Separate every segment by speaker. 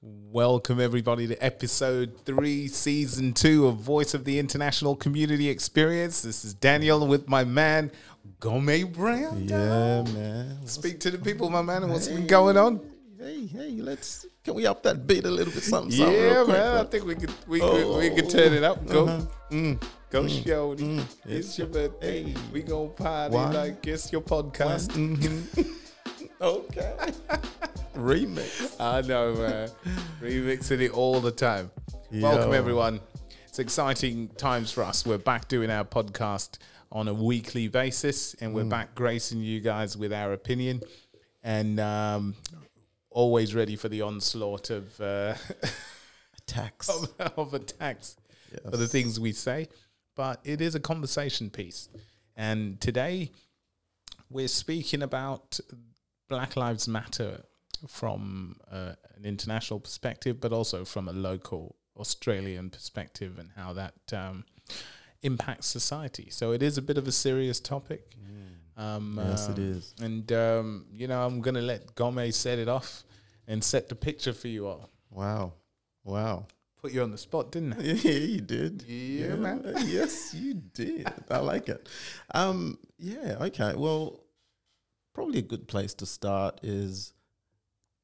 Speaker 1: Welcome, everybody, to episode three, season two of Voice of the International Community Experience. This is Daniel with my man, Gome Brown.
Speaker 2: Yeah, man.
Speaker 1: Speak to the people, my man, and what's been going on?
Speaker 2: Hey, hey, let's can we up that beat a little bit? Something, something
Speaker 1: Yeah,
Speaker 2: real quick, Uh-huh.
Speaker 1: man. I
Speaker 2: man.
Speaker 1: think we could we could, we could turn it up. Go, mm, go, show. It's your birthday.
Speaker 2: Mm. Hey.
Speaker 1: We gonna party
Speaker 2: Why? Mm-hmm.
Speaker 1: like it's your podcast.
Speaker 2: Okay. Remix.
Speaker 1: I know, man. Remixing it all the time.
Speaker 2: Yo.
Speaker 1: Welcome, everyone. It's exciting times for us. We're back doing our podcast on a weekly basis, and we're back gracing you guys with our opinion. And um, always ready for the onslaught of uh,
Speaker 2: Tax.
Speaker 1: of attacks for the things we say. But it is a conversation piece, and today we're speaking about Black Lives Matter from uh, an international perspective, but also from a local Australian perspective and how that um, impacts society. So it is a bit of a serious topic. Um,
Speaker 2: Mm. Yes, it
Speaker 1: um,
Speaker 2: is.
Speaker 1: And, um, you know, I'm going to let Gomez set it off and set the picture for you all.
Speaker 2: Wow. Wow.
Speaker 1: Put you on the spot, didn't I?
Speaker 2: Yeah, you did.
Speaker 1: Yeah, man.
Speaker 2: Yes, you did. I like it. Um, yeah, okay. Well, probably a good place to start is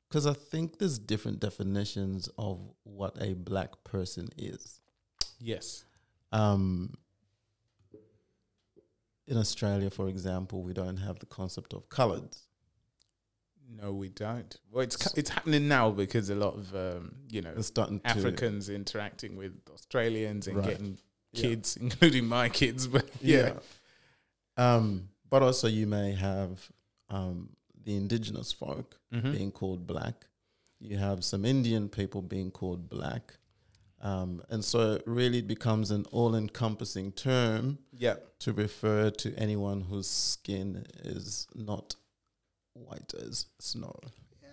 Speaker 2: because I think there's different definitions of what a black person is.
Speaker 1: Yes.
Speaker 2: Um, in Australia, for example, we don't have the concept of coloured.
Speaker 1: No, we don't. Well, it's cu- it's happening now because a lot of um, you know
Speaker 2: It's starting to
Speaker 1: Africans interacting with Australians and
Speaker 2: Right.
Speaker 1: getting
Speaker 2: Yeah.
Speaker 1: kids, including my kids. But yeah,
Speaker 2: Yeah. Um, but also, you may have um, the indigenous folk
Speaker 1: Mm-hmm.
Speaker 2: being called black. You have some Indian people being called black. Um, and so it really becomes an all encompassing term
Speaker 1: yeah,
Speaker 2: to refer to anyone whose skin is not white as snow.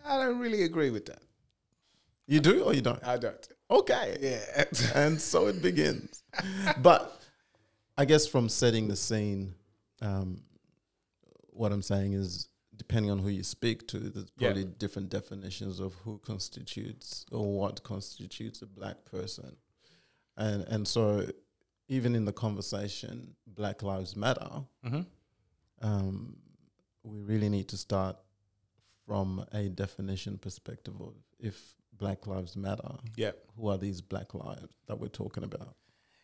Speaker 1: I don't really agree with that.
Speaker 2: You do or you don't?
Speaker 1: I don't.
Speaker 2: Okay.
Speaker 1: Yeah,
Speaker 2: and so it begins. But I guess from setting the scene, um, what I'm saying is, depending on who you speak to, there's
Speaker 1: Yeah.
Speaker 2: probably different definitions of who constitutes or what constitutes a black person, and and so even in the conversation, Black Lives Matter,
Speaker 1: Mhm.
Speaker 2: um, we really need to start from a definition perspective of if Black Lives Matter
Speaker 1: yeah,
Speaker 2: who are these black lives that we're talking about?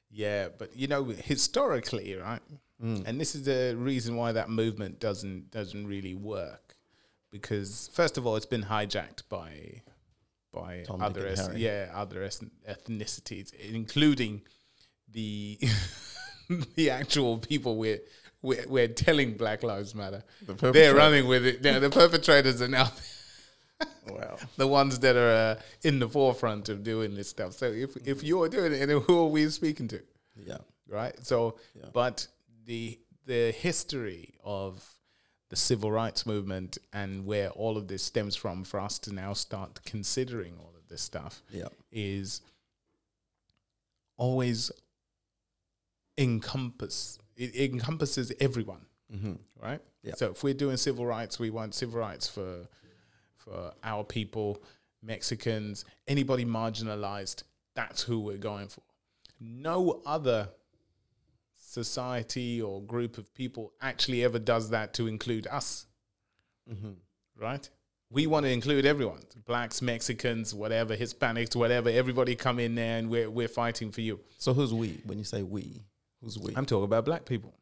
Speaker 1: yeah. But you know, historically, right,
Speaker 2: Mm.
Speaker 1: and this is the reason why that movement doesn't doesn't really work because first of all, it's been hijacked by by
Speaker 2: Tom, Dick,
Speaker 1: other
Speaker 2: and
Speaker 1: eth-
Speaker 2: Harry.
Speaker 1: yeah other eth- ethnicities, including the the actual people we're, we're we're telling Black Lives Matter. They're running with it now. The perpetrators are now
Speaker 2: Wow.
Speaker 1: the ones that are uh, in the forefront of doing this stuff. So if if you're doing it, and who are we speaking to?
Speaker 2: Yeah.
Speaker 1: right? So,
Speaker 2: Yeah.
Speaker 1: but the the history of the civil rights movement and where all of this stems from for us to now start considering all of this stuff
Speaker 2: Yeah.
Speaker 1: is always encompass it encompasses everyone right
Speaker 2: Yeah.
Speaker 1: so if we're doing civil rights we want civil rights for for our people mexicans anybody marginalized that's who we're going for no other society or group of people actually ever does that to include us right? We want to include everyone blacks, Mexicans, whatever, Hispanics, whatever, everybody come in there and we're, we're fighting for you.
Speaker 2: So who's we? When you say we, who's we?
Speaker 1: I'm talking about black people.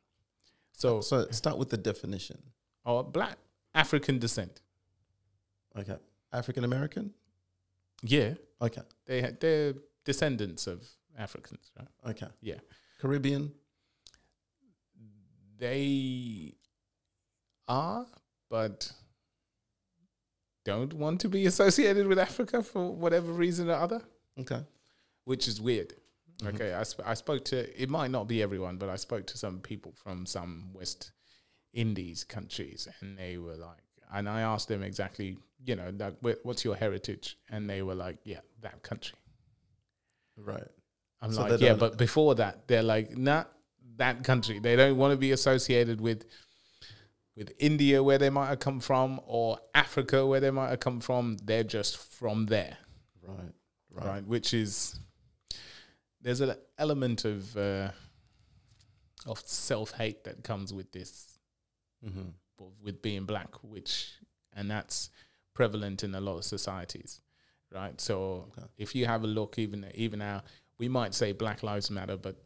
Speaker 1: So,
Speaker 2: so start with the definition.
Speaker 1: or black, African descent.
Speaker 2: Okay. African American?
Speaker 1: Yeah,
Speaker 2: Okay.
Speaker 1: they, ha- they're descendants of Africans, right?
Speaker 2: Okay.
Speaker 1: Yeah.
Speaker 2: Caribbean?
Speaker 1: They are, but don't want to be associated with Africa for whatever reason or other.
Speaker 2: Okay.
Speaker 1: which is weird.
Speaker 2: Mm-hmm.
Speaker 1: Okay, I, sp- I spoke to it might not be everyone, but I spoke to some people from some West Indies countries, and they were like, and I asked them exactly, you know, like, wh- what's your heritage? And they were like, yeah, that country.
Speaker 2: Right.
Speaker 1: I'm
Speaker 2: So
Speaker 1: like,
Speaker 2: they
Speaker 1: yeah,
Speaker 2: don't-
Speaker 1: but before that, they're like, nah, that country. They don't want to be associated with with India where they might have come from or Africa where they might have come from. They're just from there.
Speaker 2: Right.
Speaker 1: right? Which is there's an element of uh, of self hate that comes with this,
Speaker 2: Mm-hmm.
Speaker 1: of- with being black, which and that's prevalent in a lot of societies, right? So
Speaker 2: Okay.
Speaker 1: if you have a look, even even now, we might say Black Lives Matter, but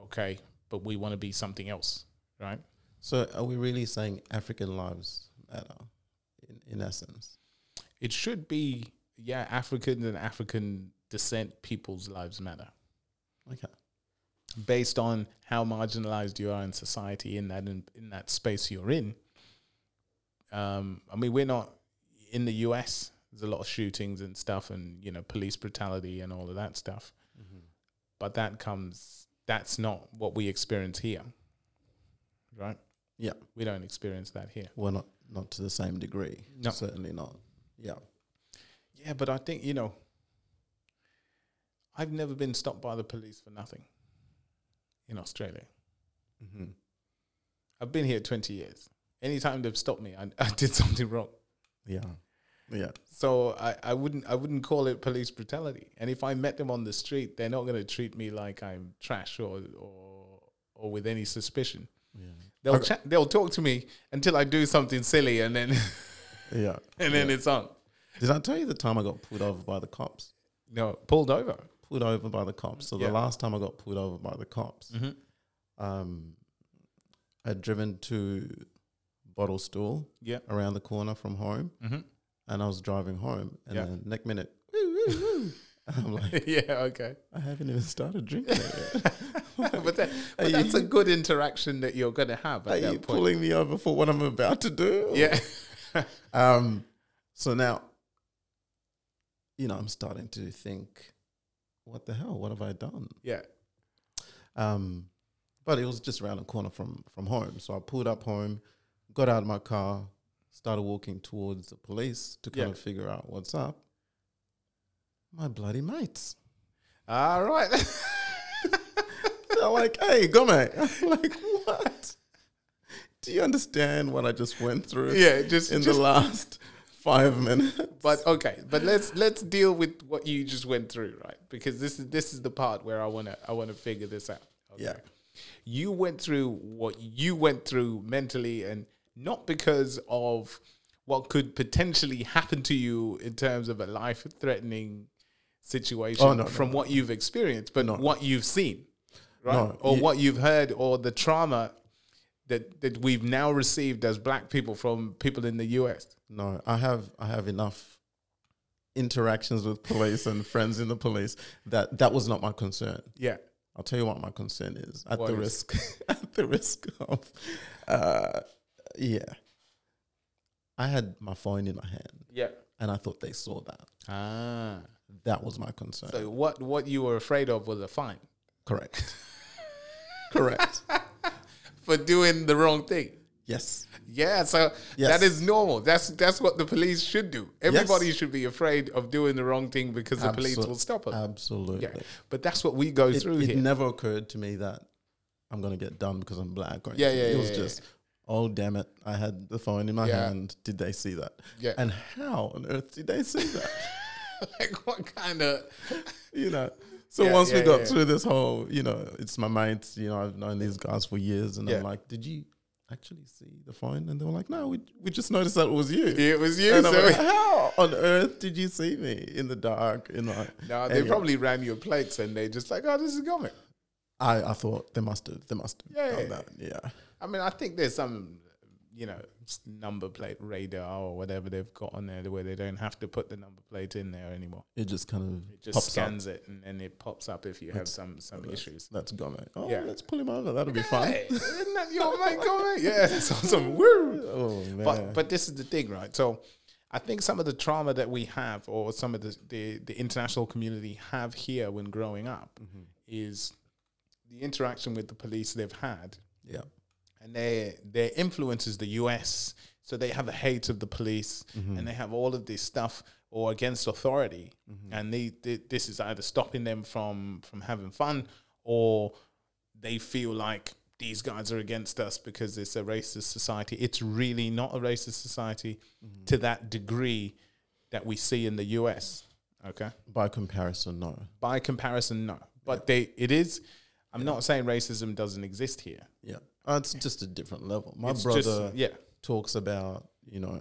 Speaker 1: okay, but we want to be something else, right?
Speaker 2: So are we really saying African lives matter in, in essence?
Speaker 1: It should be yeah, Africans and African descent people's lives matter.
Speaker 2: Okay.
Speaker 1: based on how marginalized you are in society in that in, in that space you're in. Um, I mean, we're not in the U.S. There's a lot of shootings and stuff, and you know, police brutality and all of that stuff. But that comes. That's not what we experience here, right?
Speaker 2: Yeah.
Speaker 1: We don't experience that here.
Speaker 2: Well, not not to the same degree.
Speaker 1: No.
Speaker 2: Certainly not. Yeah.
Speaker 1: Yeah, but I think you know, I've never been stopped by the police for nothing in Australia.
Speaker 2: Mm-hmm.
Speaker 1: I've been here 20 years. Anytime they've stopped me, I, I did something wrong.
Speaker 2: Yeah. Yeah.
Speaker 1: So I, I wouldn't I wouldn't call it police brutality. And if I met them on the street, they're not going to treat me like I'm trash or or, or with any suspicion.
Speaker 2: Yeah.
Speaker 1: They'll
Speaker 2: Okay.
Speaker 1: chat, they'll talk to me until I do something silly, and then
Speaker 2: Yeah.
Speaker 1: and then
Speaker 2: Yeah.
Speaker 1: it's on.
Speaker 2: Did I tell you the time I got pulled over by the cops?
Speaker 1: No, pulled over.
Speaker 2: Pulled over by the cops. So
Speaker 1: Yeah.
Speaker 2: the last time I got pulled over by the cops,
Speaker 1: Mhm.
Speaker 2: um, I'd driven to Bottle Stool
Speaker 1: Yeah.
Speaker 2: around the corner from home,
Speaker 1: Mm-hmm.
Speaker 2: and I was driving home, and
Speaker 1: Yeah.
Speaker 2: then next minute, woo, woo, woo. And I'm like,
Speaker 1: yeah. Okay.
Speaker 2: I haven't even started drinking yet.
Speaker 1: but that,
Speaker 2: Are
Speaker 1: but that's a
Speaker 2: you-
Speaker 1: good interaction that you're going to have at
Speaker 2: Are
Speaker 1: that
Speaker 2: you
Speaker 1: point.
Speaker 2: pulling me over for what I'm about to do?
Speaker 1: Yeah.
Speaker 2: Um, so now, you know, I'm starting to think, what the hell? What have I done?
Speaker 1: yeah.
Speaker 2: Um, but it was just around the corner from from home. So I pulled up home, got out of my car, started walking towards the police to kind
Speaker 1: Yeah.
Speaker 2: of figure out what's up. My bloody mates.
Speaker 1: All right.
Speaker 2: They're like, hey, go mate. I'm like, what? Do you understand what I just went through
Speaker 1: yeah. Just
Speaker 2: in
Speaker 1: just
Speaker 2: the last five minutes?
Speaker 1: But okay, but let's let's deal with what you just went through, right? Because this is this is the part where I wanna I wanna figure this out. Okay.
Speaker 2: Yeah.
Speaker 1: You went through what you went through mentally and not because of what could potentially happen to you in terms of a life threatening situation
Speaker 2: Oh, no, no,
Speaker 1: from
Speaker 2: no.
Speaker 1: what you've experienced, but
Speaker 2: No.
Speaker 1: what you've seen. Right?
Speaker 2: No,
Speaker 1: or
Speaker 2: ye-
Speaker 1: what you've heard or the trauma that, that we've now received as black people from people in the US.
Speaker 2: No, I have I have enough interactions with police and friends in the police that that was not my concern.
Speaker 1: Yeah.
Speaker 2: I'll tell you what my concern is at
Speaker 1: What
Speaker 2: the
Speaker 1: is-
Speaker 2: risk at the risk of uh, yeah. I had my phone in my hand
Speaker 1: Yeah.
Speaker 2: and I thought they saw that.
Speaker 1: Ah.
Speaker 2: That was my concern.
Speaker 1: So what what you were afraid of was a fine
Speaker 2: Correct. Correct.
Speaker 1: for doing the wrong thing.
Speaker 2: Yes.
Speaker 1: Yeah, so
Speaker 2: Yes.
Speaker 1: that is normal. That's that's what the police should do. Everybody should be afraid of doing the wrong thing because the police
Speaker 2: Absol-
Speaker 1: will stop them.
Speaker 2: Absolutely.
Speaker 1: yeah, but that's what we go
Speaker 2: It,
Speaker 1: through
Speaker 2: it
Speaker 1: here.
Speaker 2: never occurred to me that I'm gonna get done because I'm black or
Speaker 1: Yeah,
Speaker 2: anything.
Speaker 1: yeah,
Speaker 2: It
Speaker 1: yeah,
Speaker 2: was
Speaker 1: yeah,
Speaker 2: just Oh damn it! I had the phone in my
Speaker 1: Yeah.
Speaker 2: hand. Did they see that?
Speaker 1: Yeah.
Speaker 2: And how on earth did they see that?
Speaker 1: like what kind of
Speaker 2: you know. So
Speaker 1: Yeah,
Speaker 2: once
Speaker 1: yeah,
Speaker 2: we got
Speaker 1: yeah.
Speaker 2: through this whole, you know, it's my mates, you know, I've known these guys for years, and
Speaker 1: Yeah.
Speaker 2: I'm like, did you actually see the phone? And they were like, no, we, we just noticed that it was you.
Speaker 1: it was you?
Speaker 2: And I'm
Speaker 1: so
Speaker 2: like, how on earth did you see me in the dark? In my,
Speaker 1: no, they
Speaker 2: Anyway,
Speaker 1: probably ran your plates and they just like, oh, this is coming.
Speaker 2: I, I thought they must have, they must have
Speaker 1: Yeah,
Speaker 2: done
Speaker 1: yeah,
Speaker 2: that. Yeah.
Speaker 1: I mean, I think there's some, you know, s- number plate radar or whatever they've got on there where they don't have to put the number plate in there anymore.
Speaker 2: It just kind of
Speaker 1: It just
Speaker 2: pops up.
Speaker 1: scans it and then it pops up if you have some some issues.
Speaker 2: That's gone. mate. Oh,
Speaker 1: Yeah.
Speaker 2: let's pull him over. That'll be fun.
Speaker 1: Hey, isn't that your mate coming? Yeah, that's awesome. Woo.
Speaker 2: Oh man.
Speaker 1: But but this is the thing, right? So I think some of the trauma that we have, or some of the the, the international community have here when growing up, is the interaction with the police they've had,
Speaker 2: yeah.
Speaker 1: and their their influence is the U.S. So they have a hate of the police,
Speaker 2: Mm-hmm.
Speaker 1: and they have all of this stuff or against authority,
Speaker 2: Mm-hmm.
Speaker 1: and they, they this is either stopping them from from having fun or they feel like these guys are against us because it's a racist society. It's really
Speaker 2: Mm-hmm.
Speaker 1: not a racist society to that degree that we see in the US. Okay.
Speaker 2: By comparison, no.
Speaker 1: By comparison, no. But they, it is. I'm not saying racism doesn't exist here.
Speaker 2: Yeah. Uh, it's just a different level. My
Speaker 1: It's
Speaker 2: brother
Speaker 1: just- yeah.
Speaker 2: talks about, you know,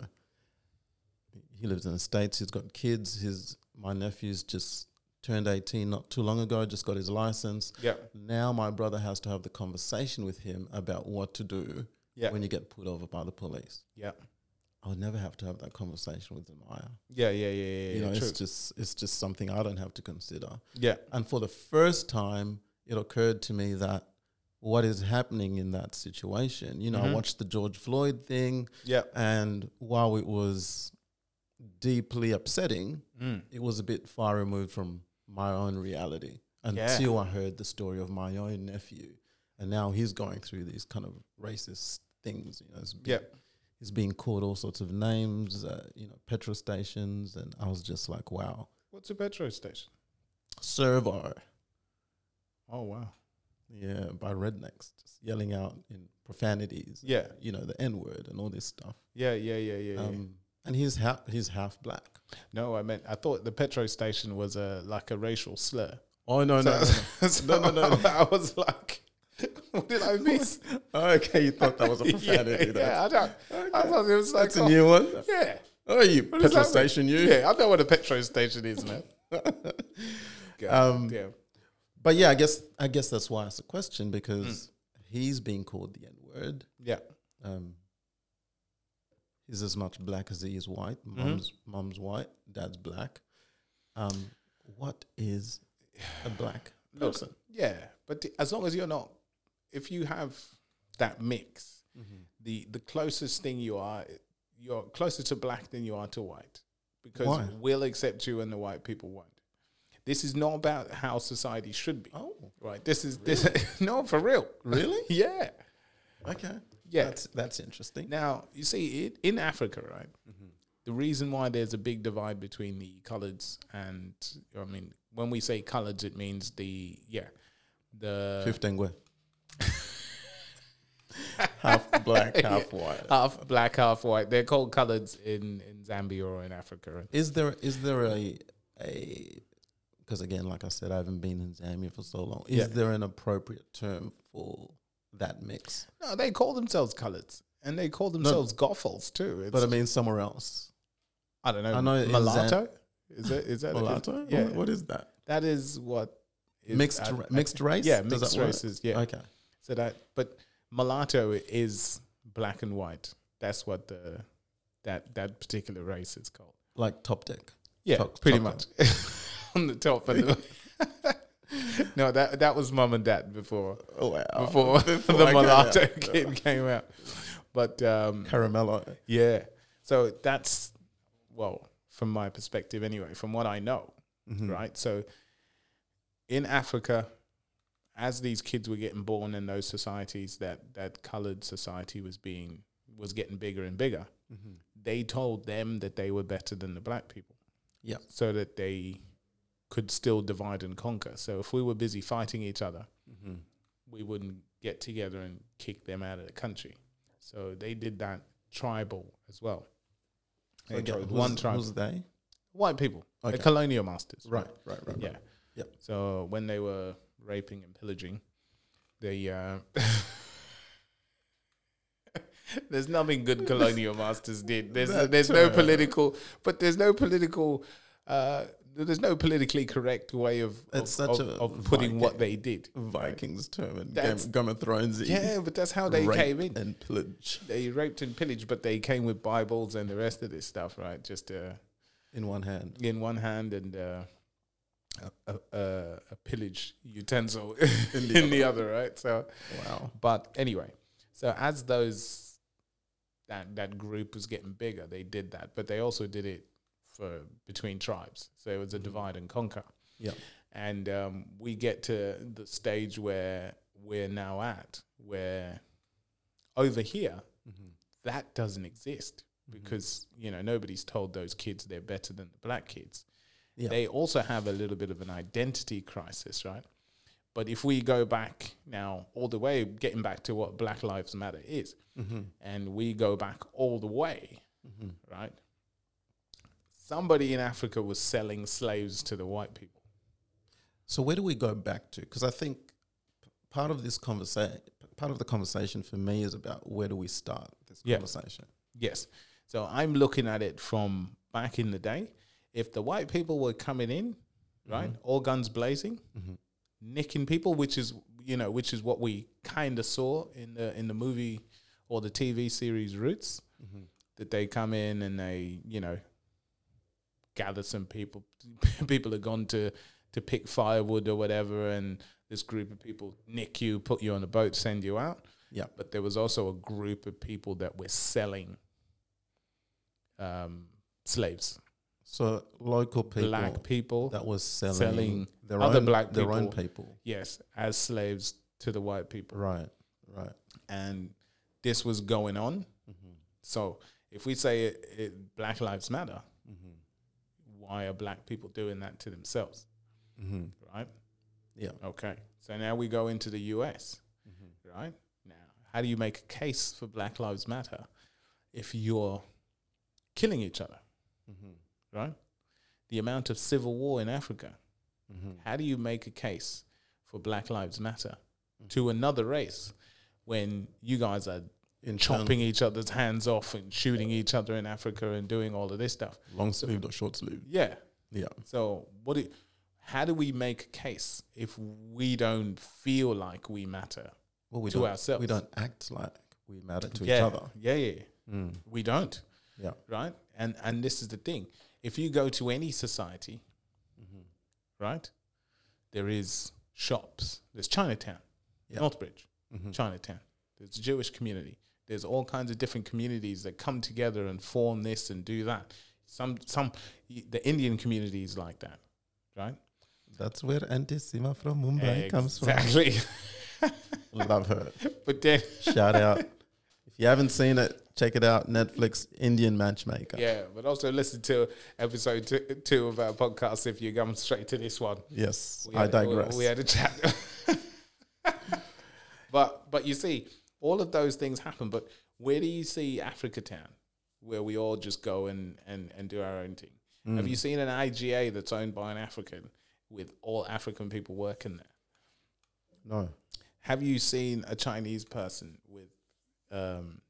Speaker 2: he lives in the States, he's got kids, his my nephew's just turned 18 not too long ago, just got his license.
Speaker 1: Yeah.
Speaker 2: Now my brother has to have the conversation with him about what to do
Speaker 1: Yeah.
Speaker 2: when you get pulled over by the police.
Speaker 1: Yeah.
Speaker 2: I would never have to have that conversation with Amaya.
Speaker 1: Yeah. Yeah. Yeah. Yeah.
Speaker 2: you know,
Speaker 1: yeah, true.
Speaker 2: it's just it's just something I don't have to consider.
Speaker 1: yeah.
Speaker 2: And for the first time, it occurred to me that what is happening in that situation. You know, I
Speaker 1: Mhm.
Speaker 2: watched the George Floyd thing,
Speaker 1: Yeah.
Speaker 2: and while it was deeply upsetting,
Speaker 1: Mm.
Speaker 2: it was a bit far removed from my own reality until I heard the story of my own nephew. And now he's going through these kind of racist things. You know, it's be-
Speaker 1: Yeah.
Speaker 2: he's being called all sorts of names, uh, you know, petrol stations. And I was just like, wow,
Speaker 1: What's a petrol station?
Speaker 2: servo.
Speaker 1: Oh wow.
Speaker 2: Yeah, by rednecks, just yelling out in profanities.
Speaker 1: Yeah.
Speaker 2: You know, the N word and all this stuff.
Speaker 1: Yeah. Yeah. Yeah. Yeah. yeah.
Speaker 2: Um, and he's, ha- he's half black.
Speaker 1: no, I meant I thought the petrol station was a like a racial slur.
Speaker 2: Oh, no, no, no.
Speaker 1: So
Speaker 2: No, no, no.
Speaker 1: I was like, what did I miss?
Speaker 2: Oh, okay, you thought that was a
Speaker 1: yeah,
Speaker 2: profanity.
Speaker 1: yeah, I don't. I thought it was like
Speaker 2: That's a new one.
Speaker 1: Yeah.
Speaker 2: Oh, you
Speaker 1: does
Speaker 2: petrol
Speaker 1: that mean?
Speaker 2: station, you.
Speaker 1: Yeah, I know what a petrol station is, man. God,
Speaker 2: Um,
Speaker 1: damn.
Speaker 2: But yeah, I guess I guess that's why it's a question because
Speaker 1: Hmm.
Speaker 2: he's being called the N word.
Speaker 1: Yeah.
Speaker 2: Um, he's as much black as he is white.
Speaker 1: Mm-hmm.
Speaker 2: Mum's mum's white, dad's black. Um, what is a black
Speaker 1: Look,
Speaker 2: person?
Speaker 1: Yeah, but th- as long as you're not, if you have that mix,
Speaker 2: Mm-hmm.
Speaker 1: the the closest thing you are, you're closer to black than you are to white, because
Speaker 2: Why?
Speaker 1: we'll accept you and the white people won't. This is not about how society should be.
Speaker 2: Oh,
Speaker 1: Right. This is this. no, for real.
Speaker 2: Really?
Speaker 1: yeah.
Speaker 2: okay.
Speaker 1: Yeah.
Speaker 2: that's that's interesting.
Speaker 1: Now you see it in Africa, right?
Speaker 2: Mm-hmm.
Speaker 1: The reason why there's a big divide between the coloreds and I mean, when we say coloreds, it means the yeah, the
Speaker 2: Fifteen way. half black, half white.
Speaker 1: half black, half white. They're called coloreds in in Zambia or in Africa. Right?
Speaker 2: Is there is there a a because again, like I said, I haven't been in Zambia for so long. Is
Speaker 1: Yeah.
Speaker 2: there an appropriate term for that mix?
Speaker 1: No, they call themselves coloreds, and they call themselves goffles too. It's,
Speaker 2: But I mean, somewhere else.
Speaker 1: um, I don't know.
Speaker 2: I know in
Speaker 1: mulatto. Is it? Is that a-
Speaker 2: Mulatto?
Speaker 1: Uh, Yeah,
Speaker 2: What is that?
Speaker 1: that is what is
Speaker 2: mixed
Speaker 1: I-
Speaker 2: ra-
Speaker 1: I-
Speaker 2: mixed race.
Speaker 1: Yeah,
Speaker 2: Does
Speaker 1: mixed
Speaker 2: that work?
Speaker 1: races. Yeah.
Speaker 2: Okay.
Speaker 1: So that, but mulatto is black and white. That's what the that that particular race is called.
Speaker 2: Like top deck.
Speaker 1: Yeah,
Speaker 2: Choc-
Speaker 1: pretty
Speaker 2: chocolate.
Speaker 1: much on the top. And the no, that that was mum and dad before
Speaker 2: Oh wow.
Speaker 1: before,
Speaker 2: Before I
Speaker 1: the
Speaker 2: came
Speaker 1: mulatto
Speaker 2: out.
Speaker 1: kid came out. But um,
Speaker 2: Caramello.
Speaker 1: yeah, so that's well from my perspective anyway, from what I know,
Speaker 2: Mm-hmm. Hmm.
Speaker 1: right? So in Africa, as these kids were getting born in those societies, that that coloured society was being was getting bigger and bigger.
Speaker 2: Mm-hmm.
Speaker 1: They told them that they were better than the black people,
Speaker 2: Yeah.
Speaker 1: so that they could still divide and conquer. So if we were busy fighting each other,
Speaker 2: Mm-hmm.
Speaker 1: we wouldn't get together and kick them out of the country. So they did that tribal as well. They
Speaker 2: Okay.
Speaker 1: tried
Speaker 2: Who's-
Speaker 1: one tribe,
Speaker 2: Who's they?
Speaker 1: white people,
Speaker 2: Okay.
Speaker 1: the colonial masters.
Speaker 2: Right. Right. Right.
Speaker 1: Yeah.
Speaker 2: right. Yep.
Speaker 1: So when they were raping and pillaging, they uh, there's nothing good colonial masters did. There's
Speaker 2: That
Speaker 1: there's no
Speaker 2: term.
Speaker 1: political, but there's no political. Uh, there's no politically correct way of of,
Speaker 2: It's such
Speaker 1: of-
Speaker 2: a
Speaker 1: of putting what they did.
Speaker 2: Vikings term and Game,
Speaker 1: That's-
Speaker 2: Game of Thrones.
Speaker 1: Yeah, but that's how they
Speaker 2: rape
Speaker 1: came in.
Speaker 2: and pillage
Speaker 1: They raped and pillaged, but they came with Bibles and the rest of this stuff, right? Just uh,
Speaker 2: in one hand.
Speaker 1: in one hand and uh, a, a, a, a pillage utensil in, the, other, right? So,
Speaker 2: Wow.
Speaker 1: but anyway, so as those that that group was getting bigger, they did that, but they also did it for between tribes. So it was a divide and conquer,
Speaker 2: Yeah.
Speaker 1: and um, we get to the stage where we're now at, where over here that doesn't exist because you know nobody's told those kids they're better than the black kids
Speaker 2: Yeah.
Speaker 1: they also have a little bit of an identity crisis right but if we go back now all the way getting back to what black lives matter is and we go back all the way right somebody in Africa was selling slaves to the white people.
Speaker 2: So where do we go back to? Because I think p- part of this conversation, part of the conversation for me is about where do we start this
Speaker 1: Yeah.
Speaker 2: conversation?
Speaker 1: Yes. So I'm looking at it from back in the day. If the white people were coming in, right, all guns blazing, nicking people, which is you know, which is what we kind of saw in the in the movie or the TV series Roots, that they come in and they you know gather some people. people have gone to to pick firewood or whatever, and this group of people nick you, put you on a boat, send you out
Speaker 2: Yeah.
Speaker 1: but there was also a group of people that were selling um, slaves,
Speaker 2: So local people
Speaker 1: black people,
Speaker 2: that was selling,
Speaker 1: selling
Speaker 2: their
Speaker 1: other
Speaker 2: own
Speaker 1: black
Speaker 2: their own people.
Speaker 1: yes, as slaves to the white people,
Speaker 2: Right. Right.
Speaker 1: and this was going on.
Speaker 2: Mm-hmm.
Speaker 1: So if we say it, it, Black Lives Matter, why are black people doing that to themselves?
Speaker 2: Mm-hmm.
Speaker 1: Right?
Speaker 2: Yeah.
Speaker 1: Okay. So now we go into the U.S.
Speaker 2: Mm-hmm.
Speaker 1: Right now, how do you make a case for Black Lives Matter if you're killing each other?
Speaker 2: Mm-hmm.
Speaker 1: right? The amount of civil war in Africa.
Speaker 2: Mm-hmm.
Speaker 1: How do you make a case for Black Lives Matter
Speaker 2: Mm-hmm.
Speaker 1: to another race when you guys are
Speaker 2: In
Speaker 1: chopping each other's hands off and shooting each other in Africa and doing all of this stuff?
Speaker 2: long sleeved or short sleeved.
Speaker 1: Yeah.
Speaker 2: Yeah.
Speaker 1: So what? Do, how do we make a case if we don't feel like we matter
Speaker 2: Well, we
Speaker 1: To
Speaker 2: don't,
Speaker 1: ourselves.
Speaker 2: We don't act like we matter to
Speaker 1: yeah.
Speaker 2: each other.
Speaker 1: Yeah, yeah, yeah.
Speaker 2: Mm.
Speaker 1: we don't.
Speaker 2: Yeah.
Speaker 1: right? And and this is the thing: if you go to any society,
Speaker 2: Mm-hmm.
Speaker 1: right, there is shops. There's Chinatown,
Speaker 2: Yeah. Mm-hmm.
Speaker 1: Northbridge, Chinatown. There's a Jewish community. There's all kinds of different communities that come together and form this and do that. Some some y- the Indian community is like that, right?
Speaker 2: That's where Auntie Sima from Mumbai comes from.
Speaker 1: exactly.
Speaker 2: Love her.
Speaker 1: but then
Speaker 2: Shout out. If you haven't seen it, check it out. Netflix Indian Matchmaker.
Speaker 1: yeah, but also listen to episode two, two of our podcast if you come straight to this one.
Speaker 2: Yes,
Speaker 1: We
Speaker 2: I
Speaker 1: had-
Speaker 2: digress.
Speaker 1: We, we had a chat. but but you see, all of those things happen. But where do you see Africa Town, where we all just go and and and do our own thing? Have
Speaker 2: Mm.
Speaker 1: you seen an IGA that's owned by an African with all African people working there?
Speaker 2: no.
Speaker 1: Have you seen a Chinese person with um,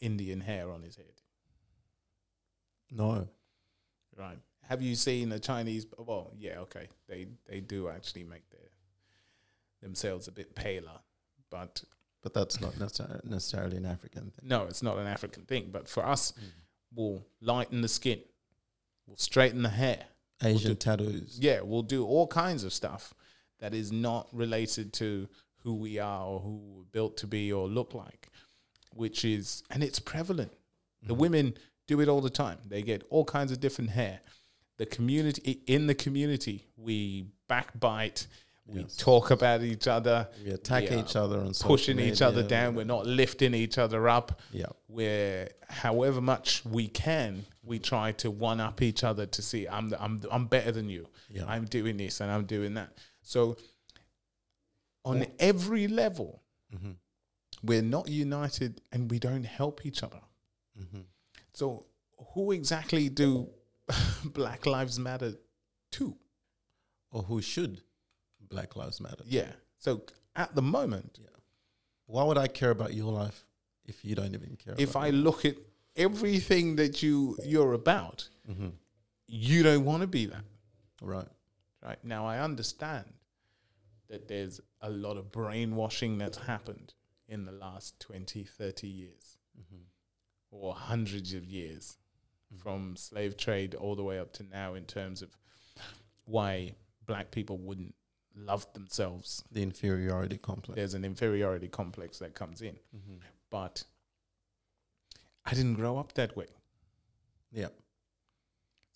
Speaker 1: Indian hair on his head?
Speaker 2: No.
Speaker 1: Right. Have you seen a Chinese? Well, yeah, okay. They they do actually make their themselves a bit paler, but
Speaker 2: But that's not necessar- necessarily an African thing.
Speaker 1: no, it's not an African thing. But for us, we'll lighten the skin, we'll straighten the hair.
Speaker 2: Asian tattoos.
Speaker 1: Yeah, we'll do all kinds of stuff that is not related to who we are or who we're built to be or look like, which is, and it's prevalent. The
Speaker 2: Mm-hmm.
Speaker 1: women do it all the time. They get all kinds of different hair. The community, in the community, we backbite, we talk about each other,
Speaker 2: We attack
Speaker 1: Yeah.
Speaker 2: each other and
Speaker 1: pushing each other down. We're not lifting each other up
Speaker 2: Yeah.
Speaker 1: where however much we can, we try to one up each other to see I'm the, I'm the- I'm better than you.
Speaker 2: Yeah.
Speaker 1: I'm doing this and I'm doing that. So on every level,
Speaker 2: Mhm.
Speaker 1: we're not united and we don't help each other.
Speaker 2: Mhm.
Speaker 1: So who exactly do Black Lives Matter to?
Speaker 2: Or who should Black Lives Matter?
Speaker 1: Yeah. So at the moment,
Speaker 2: Why would I care about your life if you don't even care?
Speaker 1: if
Speaker 2: about
Speaker 1: I look at everything that you you're about, you don't want to be that.
Speaker 2: right?
Speaker 1: right now i understand that there's a lot of brainwashing that's happened in the last 20 30 years or hundreds of years from slave trade all the way up to now in terms of why black people wouldn't love themselves
Speaker 2: The inferiority complex.
Speaker 1: there's an inferiority complex that comes in but i didn't grow up that way
Speaker 2: Yeah.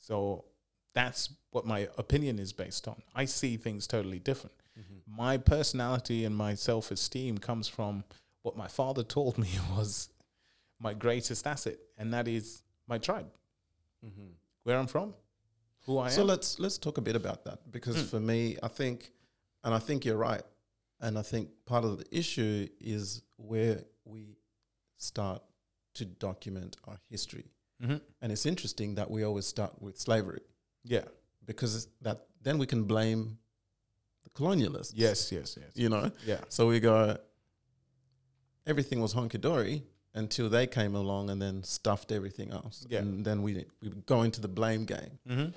Speaker 1: So that's what my opinion is based on. I see things totally different. My personality and my self esteem comes from what my father told me was my greatest asset, and that is my tribe, Mm-hmm. where I'm from, who I
Speaker 2: So
Speaker 1: am. Hmm.
Speaker 2: let's let's talk a bit about that because for me, I think, and I think you're right, and I think part of the issue is where we start to document our history
Speaker 1: hmm
Speaker 2: And it's interesting that we always start with slavery
Speaker 1: Yeah.
Speaker 2: because that then we can blame the colonialists.
Speaker 1: Yes. Yes. Yes.
Speaker 2: You know?
Speaker 1: Yeah.
Speaker 2: So we go, everything was honky dory until they came along and then stuffed everything else.
Speaker 1: Yeah.
Speaker 2: And then we, we go into the blame game.
Speaker 1: Mm-hmm.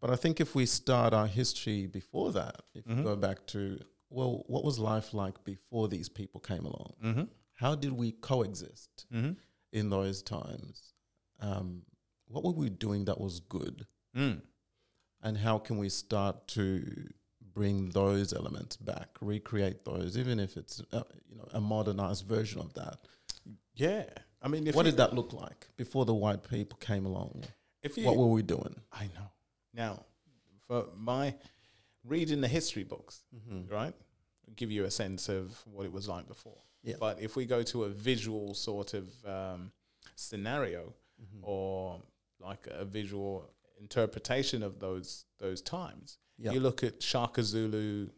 Speaker 2: But I think if we start our history before that, if we
Speaker 1: Mhm.
Speaker 2: go back to, well, what was life like before these people came along?
Speaker 1: Mm-hmm.
Speaker 2: How did we coexist
Speaker 1: Mm-hmm.
Speaker 2: in those times? Um, what were we doing that was good?
Speaker 1: Mm.
Speaker 2: And how can we start to bring those elements back, recreate those, even if it's uh, you know a modernized version of that?
Speaker 1: Yeah. I mean, if
Speaker 2: what
Speaker 1: you,
Speaker 2: did that look like before the white people came along?
Speaker 1: if you,
Speaker 2: What were we doing?
Speaker 1: I know. Now, for my reading the history books,
Speaker 2: Mm-hmm.
Speaker 1: right, give you a sense of what it was like before.
Speaker 2: Yeah.
Speaker 1: But if we go to a visual sort of um, scenario
Speaker 2: Mm-hmm.
Speaker 1: or like a visual interpretation of those those times,
Speaker 2: Yeah.
Speaker 1: you look at Shaka Zulu,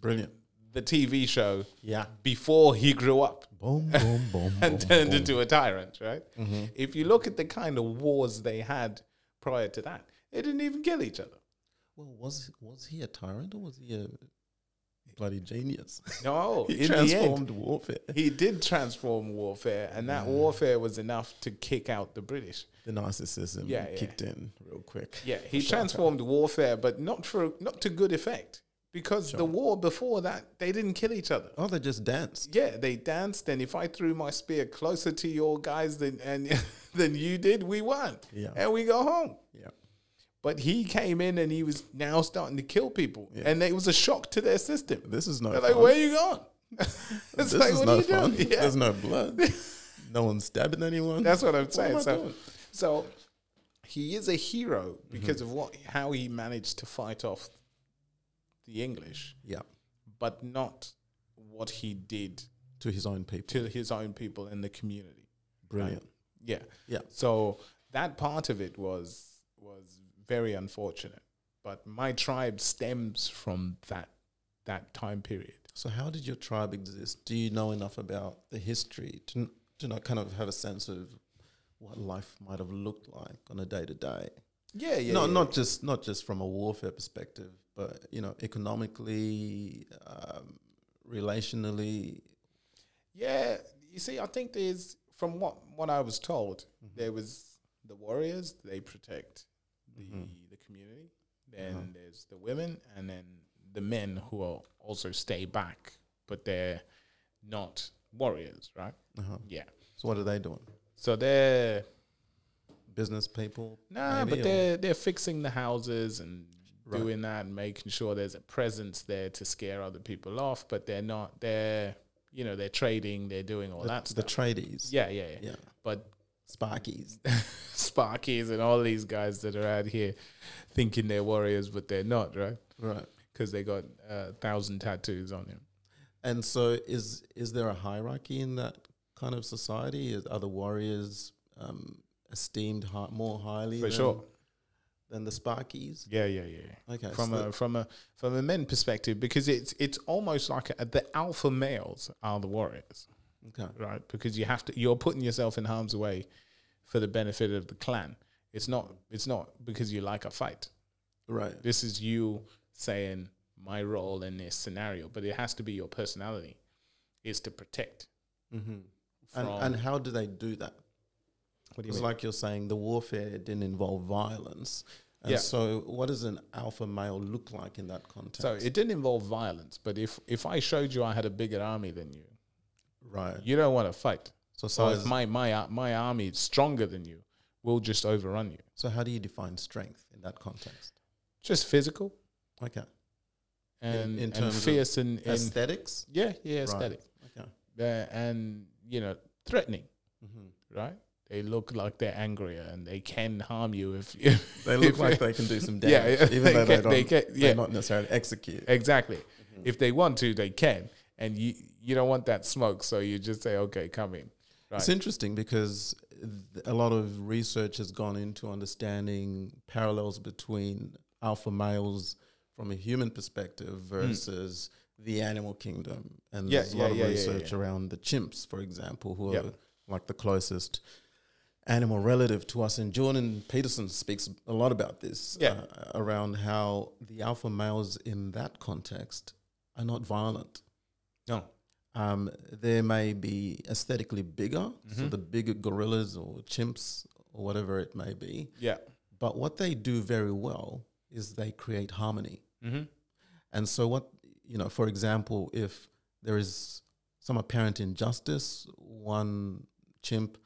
Speaker 2: Brilliant.
Speaker 1: the TV show,
Speaker 2: Yeah. uh,
Speaker 1: before he grew up
Speaker 2: Boom, boom, boom. Mm-hmm.
Speaker 1: and turned into a tyrant, right? If you look at the kind of wars they had prior to that, they didn't even kill each other.
Speaker 2: Well, was was he a tyrant or was he a bloody genius?
Speaker 1: No,
Speaker 2: he
Speaker 1: in
Speaker 2: transformed
Speaker 1: the end,
Speaker 2: warfare.
Speaker 1: he did transform warfare, and that warfare was enough to kick out the British.
Speaker 2: The narcissism
Speaker 1: Yeah, yeah.
Speaker 2: kicked in real quick.
Speaker 1: Yeah, he transformed warfare, but not for not to good effect because the war before that they didn't kill each other.
Speaker 2: Oh, they just danced.
Speaker 1: Yeah, they danced, and if I threw my spear closer to your guys than and than you did, we won,
Speaker 2: Yeah.
Speaker 1: and we go home.
Speaker 2: Yeah.
Speaker 1: But he came in and he was now starting to kill people, and it was a shock to their system.
Speaker 2: This is no
Speaker 1: They're
Speaker 2: fun.
Speaker 1: like, "Where are you going?" it's
Speaker 2: this
Speaker 1: like,
Speaker 2: is
Speaker 1: "What
Speaker 2: no
Speaker 1: are you
Speaker 2: fun.
Speaker 1: doing?" Yeah.
Speaker 2: There's no blood. no one's stabbing anyone.
Speaker 1: That's what I'm saying.
Speaker 2: am I
Speaker 1: so,
Speaker 2: doing?
Speaker 1: so he is a hero because of what how he managed to fight off the English,
Speaker 2: yeah.
Speaker 1: but not what he did
Speaker 2: To his own people.
Speaker 1: to his own people in the community.
Speaker 2: Brilliant.
Speaker 1: Yeah.
Speaker 2: Yeah.
Speaker 1: So that part of it was was very unfortunate. But my tribe stems from that that time period.
Speaker 2: So, how did your tribe exist? Do you know enough about the history to to not kind of have a sense of what life might have looked like on a day to day?
Speaker 1: Yeah, yeah.
Speaker 2: no, not just not just from a warfare perspective, but you know, economically, um, relationally.
Speaker 1: Yeah, you see, I think there's from what what I was told,
Speaker 2: Mm-hmm.
Speaker 1: there was the warriors. They protect the
Speaker 2: Mm-hmm.
Speaker 1: the community. Then
Speaker 2: Uh-huh.
Speaker 1: there's the women, and then the men who are also stay back, but they're not warriors, right?
Speaker 2: Uh-huh.
Speaker 1: Yeah.
Speaker 2: So, what are they doing?
Speaker 1: So they're
Speaker 2: Business people?
Speaker 1: nah,
Speaker 2: maybe,
Speaker 1: but
Speaker 2: or-
Speaker 1: they're they're fixing the houses and
Speaker 2: Right.
Speaker 1: doing that and making sure there's a presence there to scare other people off. But they're not. They're you know they're trading. They're doing all
Speaker 2: the,
Speaker 1: that
Speaker 2: the
Speaker 1: stuff.
Speaker 2: tradies.
Speaker 1: yeah, yeah, yeah.
Speaker 2: yeah,
Speaker 1: But
Speaker 2: Sparkies.
Speaker 1: Sparkies and all these guys that are out here thinking they're warriors, but they're not, right?
Speaker 2: right.
Speaker 1: Because they got a thousand tattoos on them.
Speaker 2: And so, is is there a hierarchy in that kind of society? Is, are the warriors um, esteemed hi- more highly
Speaker 1: For
Speaker 2: than,
Speaker 1: sure.
Speaker 2: than the Sparkies?
Speaker 1: Yeah, yeah, yeah.
Speaker 2: Okay,
Speaker 1: From
Speaker 2: so
Speaker 1: a from a from a men perspective, because it's it's almost like a, the alpha males are the warriors,
Speaker 2: okay,
Speaker 1: right? Because you have to you're putting yourself in harm's way for the benefit of the clan. It's not it's not because you like a fight.
Speaker 2: right,
Speaker 1: This is you saying my role in this scenario, but it has to be your personality is to protect.
Speaker 2: hmm
Speaker 1: From
Speaker 2: and and how do they do that?
Speaker 1: what do you
Speaker 2: It's
Speaker 1: mean?
Speaker 2: like you're saying the warfare didn't involve violence. And
Speaker 1: Yeah.
Speaker 2: so, what does an alpha male look like in that context?
Speaker 1: So it didn't involve violence, but if if I showed you I had a bigger army than you,
Speaker 2: right.
Speaker 1: you don't want to fight.
Speaker 2: So,
Speaker 1: So if
Speaker 2: size,
Speaker 1: my my ar- my army is stronger than you, we'll just overrun you.
Speaker 2: so how do you define strength in that context?
Speaker 1: Just physical
Speaker 2: Okay.
Speaker 1: and
Speaker 2: in
Speaker 1: and
Speaker 2: terms of
Speaker 1: fierce and, and
Speaker 2: Aesthetics?
Speaker 1: yeah yeah
Speaker 2: Right.
Speaker 1: aesthetic
Speaker 2: Okay.
Speaker 1: Uh, and you know threatening
Speaker 2: Mhm.
Speaker 1: right. They look like they're angrier and they can harm you if
Speaker 2: They look
Speaker 1: if-
Speaker 2: like they can do some
Speaker 1: Yeah,
Speaker 2: damage,
Speaker 1: yeah,
Speaker 2: even
Speaker 1: they
Speaker 2: though
Speaker 1: can-
Speaker 2: they don't,
Speaker 1: they
Speaker 2: they
Speaker 1: can- yeah.
Speaker 2: are not necessarily execute.
Speaker 1: Exactly.
Speaker 2: Mm-hmm.
Speaker 1: If they want to, they can, and you you don't want that smoke, so you just say okay, come in.
Speaker 2: It's interesting because th- a lot of research has gone into understanding parallels between alpha males from a human perspective versus the animal kingdom. And
Speaker 1: Hmm. Yeah,
Speaker 2: there's a
Speaker 1: yeah,
Speaker 2: lot of
Speaker 1: yeah, yeah,
Speaker 2: research around the chimps, for example, who
Speaker 1: Yep.
Speaker 2: are like the closest animal relative to us. And Jordan Peterson speaks a lot about this
Speaker 1: Yeah.
Speaker 2: uh, around how the alpha males in that context are not violent.
Speaker 1: No.
Speaker 2: Um, they may be aesthetically bigger, so the bigger gorillas or chimps or whatever it may be.
Speaker 1: Yeah.
Speaker 2: But what they do very well is they create harmony.
Speaker 1: Mm-hmm.
Speaker 2: And so, what, you know, for example, if there is some apparent injustice, one chimp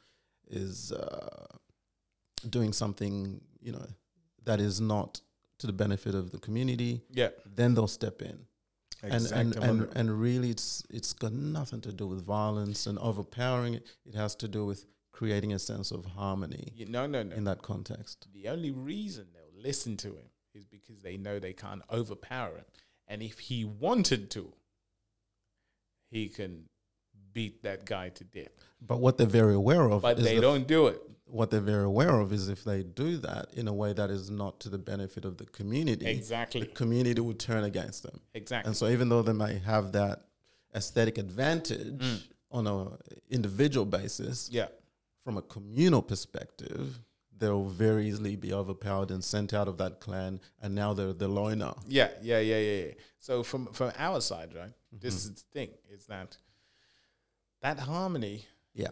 Speaker 2: is uh, doing something, you know, that is not to the benefit of the community,
Speaker 1: Yeah.
Speaker 2: then they'll step in. And,
Speaker 1: Exactly.
Speaker 2: and, and, and really, it's, it's got nothing to do with violence and overpowering it. It has to do with creating a sense of harmony
Speaker 1: You- no, no, no.
Speaker 2: in that context.
Speaker 1: The only reason they'll listen to him is because they know they can't overpower him. And if he wanted to, he can beat that guy to death.
Speaker 2: But what they're very aware of
Speaker 1: But
Speaker 2: is
Speaker 1: they
Speaker 2: the
Speaker 1: don't do it.
Speaker 2: what they're very aware of is if they do that in a way that is not to the benefit of the community, the
Speaker 1: Exactly.
Speaker 2: community will turn against them.
Speaker 1: Exactly.
Speaker 2: And so, even though they may have that aesthetic advantage
Speaker 1: Mm.
Speaker 2: on a individual basis,
Speaker 1: Yeah.
Speaker 2: from a communal perspective, they'll very easily be overpowered and sent out of that clan, and now they're the loner.
Speaker 1: Yeah, yeah, yeah, yeah, yeah. So from from our side, right? This
Speaker 2: Mm-hmm.
Speaker 1: is the thing: is that that harmony
Speaker 2: Yeah,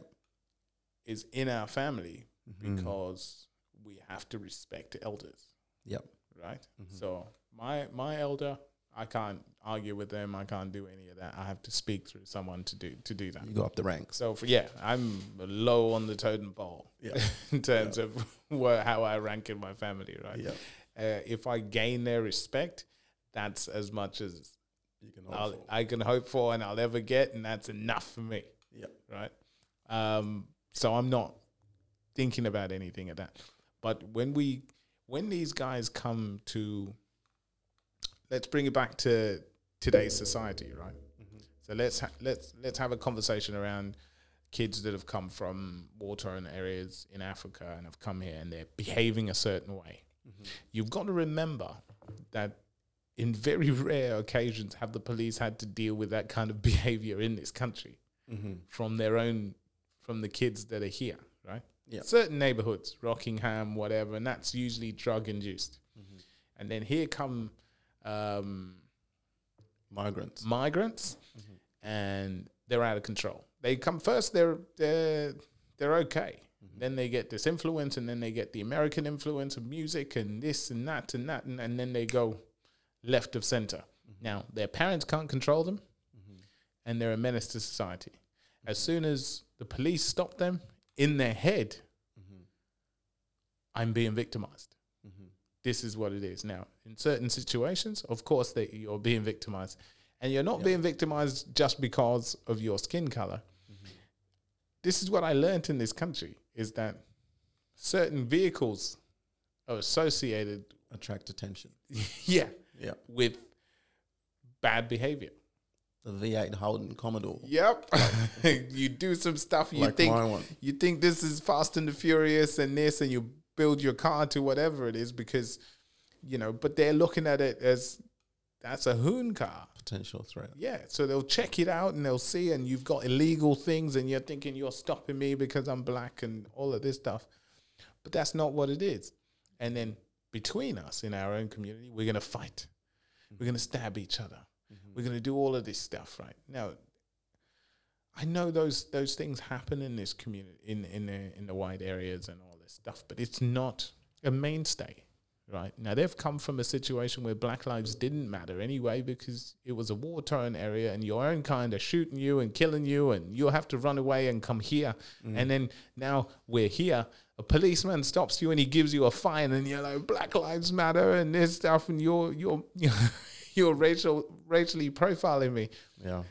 Speaker 1: is in our family
Speaker 2: Mm-hmm.
Speaker 1: because we have to respect the elders,
Speaker 2: yeah,
Speaker 1: right?
Speaker 2: Mm-hmm.
Speaker 1: So my my elder, I can't argue with them. I can't do any of that. I have to speak through someone to do to do that.
Speaker 2: you go up the ranks.
Speaker 1: So for, yeah, I'm low on the totem pole
Speaker 2: Yeah.
Speaker 1: in terms of where, how I rank in my family, right?
Speaker 2: Yeah,
Speaker 1: Uh, if I gain their respect, that's as much as
Speaker 2: you can.
Speaker 1: I'll,
Speaker 2: also-
Speaker 1: I can hope for and I'll ever get, and that's enough for me,
Speaker 2: Yeah,
Speaker 1: right? Um, so I'm not thinking about anything of that. But when we, when these guys come to, let's bring it back to today's society, right? So let's ha- let's let's have a conversation around kids that have come from war-torn areas in Africa and have come here and they're behaving a certain way. You've got to remember that in very rare occasions have the police had to deal with that kind of behavior in this country from their own from the kids that are here right
Speaker 2: Yeah.
Speaker 1: certain neighborhoods rockingham whatever and that's usually drug induced and then here come um,
Speaker 2: migrants.
Speaker 1: migrants and they're out of control they come first they're they're they're okay then they get this influence and then they get the american influence of music and this and that and that and, and then they go left of center now their parents can't control them and they're a menace to society as soon as the police stop them in their head i'm being victimized this is what it is now in certain situations of course that you're being victimized and you're not being victimized just because of your skin color this is what i learned in this country is that certain vehicles are associated
Speaker 2: Attract attention.
Speaker 1: yeah
Speaker 2: Yeah,
Speaker 1: with bad behavior
Speaker 2: the V8 Holden Commodore.
Speaker 1: yep you do some stuff you
Speaker 2: Like
Speaker 1: think
Speaker 2: my one.
Speaker 1: you think this is fast and the furious and this and you build your car to whatever it is because you know but they're looking at it as that's a hoon car
Speaker 2: potential threat.
Speaker 1: Yeah, so they'll check it out and they'll see, and you've got illegal things, and you're thinking you're stopping me because I'm black and all of this stuff. But that's not what it is. And then between us in our own community, we're going to fight. We're going to stab each other. We're going to do all of this stuff, right? Now, I know those those things happen in this community, in in the, in the wide areas and all this stuff, but it's not a mainstay, right? Now they've come from a situation where black lives didn't matter anyway because it was a war torn area, and your own kind are shooting you and killing you, and you have to run away and come here, and then now we're here. A policeman stops you and he gives you a fine, and you're like, "Black lives matter" and this stuff, and you're you're you're racial racially profiling me
Speaker 2: Yeah.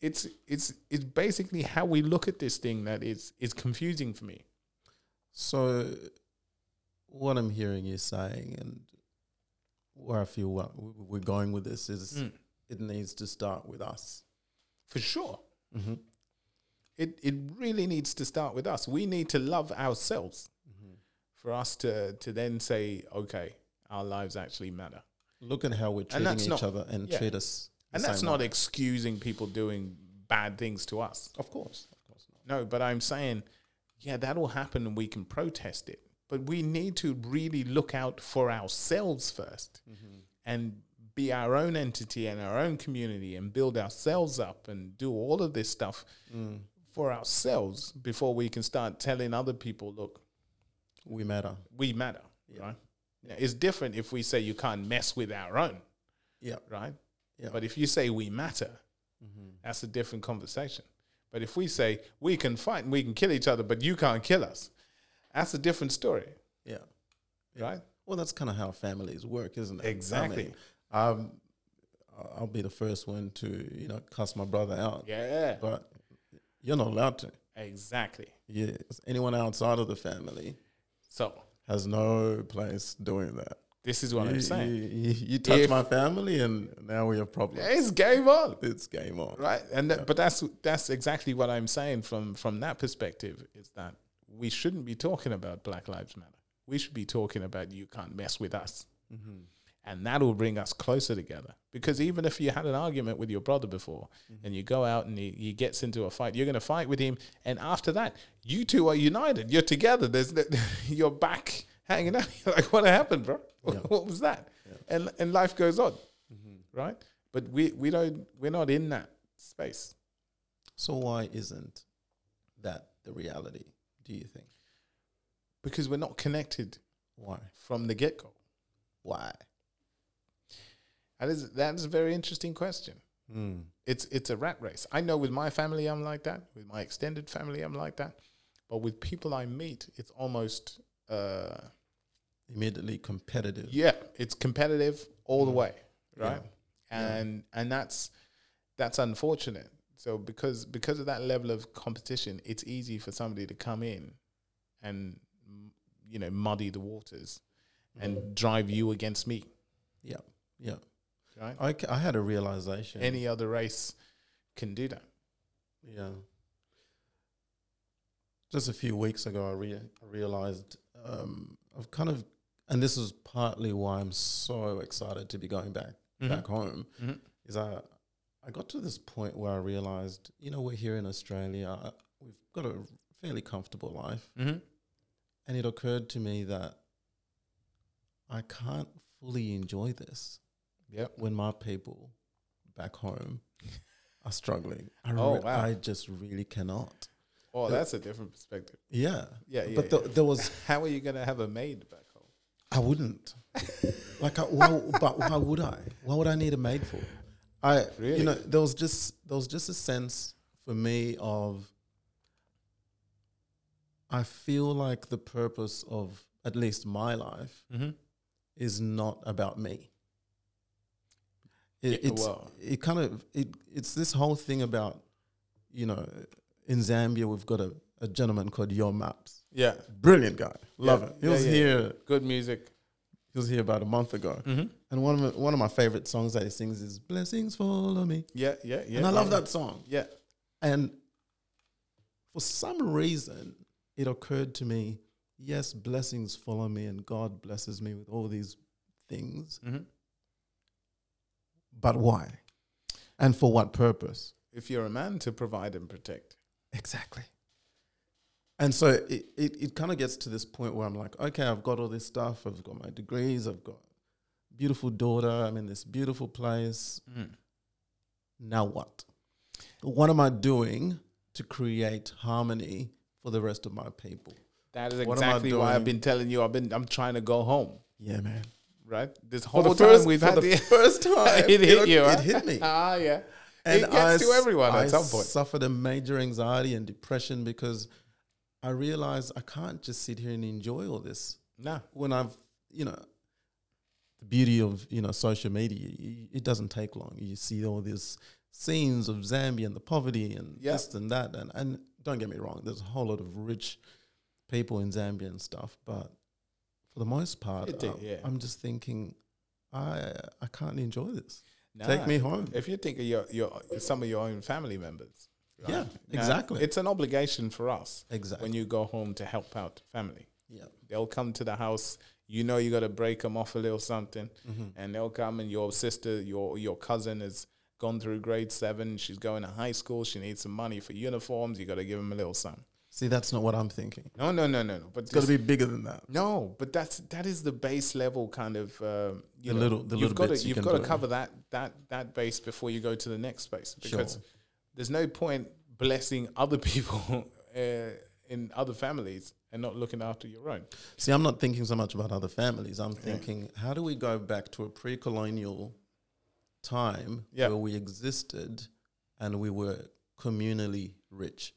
Speaker 1: it's it's it's basically how we look at this thing that is is confusing for me.
Speaker 2: So, what I'm hearing you saying, and where I feel what w- we're going with this is,
Speaker 1: Mm.
Speaker 2: it needs to start with us.
Speaker 1: For sure.
Speaker 2: Mm-hmm.
Speaker 1: It it really needs to start with us. We need to love ourselves
Speaker 2: Mm-hmm.
Speaker 1: for us to to then say, okay, our lives actually matter.
Speaker 2: Look at how we're treating
Speaker 1: that's
Speaker 2: each
Speaker 1: not-
Speaker 2: other and
Speaker 1: yeah.
Speaker 2: treat us. the
Speaker 1: And that's
Speaker 2: same
Speaker 1: not
Speaker 2: way.
Speaker 1: excusing people doing bad things to us.
Speaker 2: of course, of course not.
Speaker 1: No, but I'm saying yeah, that will happen and we can protest it. But we need to really look out for ourselves 1st and be our own entity and our own community and build ourselves up and do all of this stuff for ourselves before we can start telling other people, look,
Speaker 2: We matter.
Speaker 1: we matter, right? Yeah, it's different if we say you can't mess with our own,
Speaker 2: Yeah.
Speaker 1: right?
Speaker 2: Yeah. Mm-hmm.
Speaker 1: But if you say we matter, that's a different conversation. But if we say we can fight and we can kill each other, but you can't kill us, that's a different story,
Speaker 2: Yeah.
Speaker 1: right?
Speaker 2: Well, that's kind of how families work, isn't it? I
Speaker 1: Exactly.
Speaker 2: mean, um, I- I'll be the first one to, you know, cuss my brother out.
Speaker 1: Yeah,
Speaker 2: But you're not allowed to.
Speaker 1: exactly.
Speaker 2: Yeah. Anyone outside of the family
Speaker 1: So
Speaker 2: has no place doing that.
Speaker 1: this is what I'm
Speaker 2: you,
Speaker 1: saying.
Speaker 2: you, you- you touch
Speaker 1: If-
Speaker 2: my family, and now we have problems.
Speaker 1: It's game on,
Speaker 2: It's game on.
Speaker 1: right? And that, but that's that's exactly what I'm saying from from that perspective is that we shouldn't be talking about Black Lives Matter. We should be talking about you can't mess with us. And that will bring us closer together. Because even if you had an argument with your brother before and you go out and he, he gets into a fight, you're going to fight with him. And after that, you two are united. You're together. There's no, You're back hanging out. You're like, what happened, bro? What was that? And, and life goes on, right? But we, we don't, we're not in that space.
Speaker 2: So why isn't that the reality? Do you think?
Speaker 1: because we're not connected
Speaker 2: Why?
Speaker 1: from the get go.
Speaker 2: Why?
Speaker 1: That is that is a very interesting question.
Speaker 2: Hmm.
Speaker 1: It's it's a rat race. I know with my family I'm like that. With my extended family I'm like that. But with people I meet, it's almost uh,
Speaker 2: Immediately competitive.
Speaker 1: yeah, it's competitive all the
Speaker 2: Mm.
Speaker 1: way, right? And and that's that's unfortunate. So because because of that level of competition, it's easy for somebody to come in and m- you know muddy the waters
Speaker 2: Mm-hmm.
Speaker 1: and drive you against me,
Speaker 2: Yeah. Yeah.
Speaker 1: right?
Speaker 2: I, ca- I had a realization.
Speaker 1: any other race can do that.
Speaker 2: Yeah. Just a few weeks ago, I, rea- I realized um, I've kind of, and this is partly why I'm so excited to be going back back home.
Speaker 1: Mhm.
Speaker 2: Is I I got to this point where I realized, you know, we're here in Australia, uh, we've got a fairly comfortable life,
Speaker 1: Mm-hmm.
Speaker 2: and it occurred to me that I can't fully enjoy this
Speaker 1: Yep.
Speaker 2: when my people back home are struggling. I
Speaker 1: Oh, wow.
Speaker 2: I just really cannot.
Speaker 1: Oh,
Speaker 2: Yeah.
Speaker 1: that's a different perspective.
Speaker 2: Yeah.
Speaker 1: Yeah, yeah,
Speaker 2: but th-
Speaker 1: yeah.
Speaker 2: there was
Speaker 1: How are you going to have a maid back home?
Speaker 2: I wouldn't. like, I, why, but why would I? Why would I need a maid for? I
Speaker 1: Really?
Speaker 2: you know there was just there was just a sense for me of I feel like the purpose of at least my life
Speaker 1: Mm-hmm.
Speaker 2: is not about me.
Speaker 1: Yeah,
Speaker 2: It, it's
Speaker 1: well-
Speaker 2: it kind of it it's this whole thing about you know in Zambia we've got a, a gentleman called Yo Maps.
Speaker 1: Yeah.
Speaker 2: Brilliant guy. Love
Speaker 1: Yeah.
Speaker 2: it. He
Speaker 1: Yeah,
Speaker 2: was
Speaker 1: yeah,
Speaker 2: here
Speaker 1: Good music.
Speaker 2: he was here about a month ago.
Speaker 1: Mhm.
Speaker 2: And one of my, one of my favorite songs that he sings is "Blessings Follow Me,"
Speaker 1: Yeah, yeah, yeah.
Speaker 2: and I love
Speaker 1: yeah.
Speaker 2: that song.
Speaker 1: Yeah.
Speaker 2: And for some reason, it occurred to me, yes, blessings follow me, and God blesses me with all these things.
Speaker 1: Mhm.
Speaker 2: But why? And for what purpose?
Speaker 1: If you're a man, to provide and protect.
Speaker 2: Exactly. And so it, it, it kind of gets to this point where I'm like, okay, I've got all this stuff. I've got my degrees. I've got beautiful daughter. I'm in this beautiful place.
Speaker 1: Mm.
Speaker 2: Now what? What am I doing to create harmony for the rest of my people?
Speaker 1: That is
Speaker 2: What am I
Speaker 1: exactly why I've
Speaker 2: doing?
Speaker 1: been telling you. I've been. I'm trying to go home.
Speaker 2: Yeah, man.
Speaker 1: Right. This
Speaker 2: For
Speaker 1: whole
Speaker 2: the
Speaker 1: time
Speaker 2: first,
Speaker 1: we've
Speaker 2: for
Speaker 1: had
Speaker 2: the
Speaker 1: the
Speaker 2: first time,
Speaker 1: it hit you.
Speaker 2: It
Speaker 1: huh?
Speaker 2: hit me.
Speaker 1: ah, yeah.
Speaker 2: and
Speaker 1: it gets
Speaker 2: I
Speaker 1: to
Speaker 2: s-
Speaker 1: everyone
Speaker 2: I
Speaker 1: at some point.
Speaker 2: suffered a major anxiety and depression because I realized I can't just sit here and enjoy all this
Speaker 1: No.
Speaker 2: when I've you know the beauty of you know social media. y- It doesn't take long. You see all these scenes of Zambia and the poverty and
Speaker 1: Yeah.
Speaker 2: this and that. And and don't get me wrong, there's a whole lot of rich people in Zambia and stuff, but for the most part,
Speaker 1: It do,
Speaker 2: I-
Speaker 1: yeah.
Speaker 2: I'm just thinking. I I can't enjoy this.
Speaker 1: no.
Speaker 2: Take me home.
Speaker 1: If you think of your, your some of your own family members. right?
Speaker 2: Yeah,
Speaker 1: Now,
Speaker 2: exactly.
Speaker 1: It's an obligation for us
Speaker 2: Exactly.
Speaker 1: when you go home to help out family.
Speaker 2: yeah.
Speaker 1: They'll come to the house. You know you got to break them off a little something,
Speaker 2: Mm-hmm.
Speaker 1: and they'll come. And your sister, your your cousin has gone through grade seven. She's going to high school. She needs some money for uniforms. You got to give them a little something.
Speaker 2: See, that's not what I'm thinking.
Speaker 1: No, no, no, no, no. But
Speaker 2: It's got to be bigger than that.
Speaker 1: No, but that's that is the base level kind of um, you
Speaker 2: The
Speaker 1: know,
Speaker 2: little- the
Speaker 1: you've
Speaker 2: little
Speaker 1: got
Speaker 2: bits
Speaker 1: to
Speaker 2: you
Speaker 1: you've
Speaker 2: can
Speaker 1: got to
Speaker 2: put in.
Speaker 1: cover that that that base before you go to the next space because
Speaker 2: Sure.
Speaker 1: there's no point blessing other people uh, in other families and not looking after your own.
Speaker 2: See, I'm not thinking so much about other families. I'm thinking, how do we go back to a pre colonial time
Speaker 1: Yeah.
Speaker 2: where we existed and we were communally rich?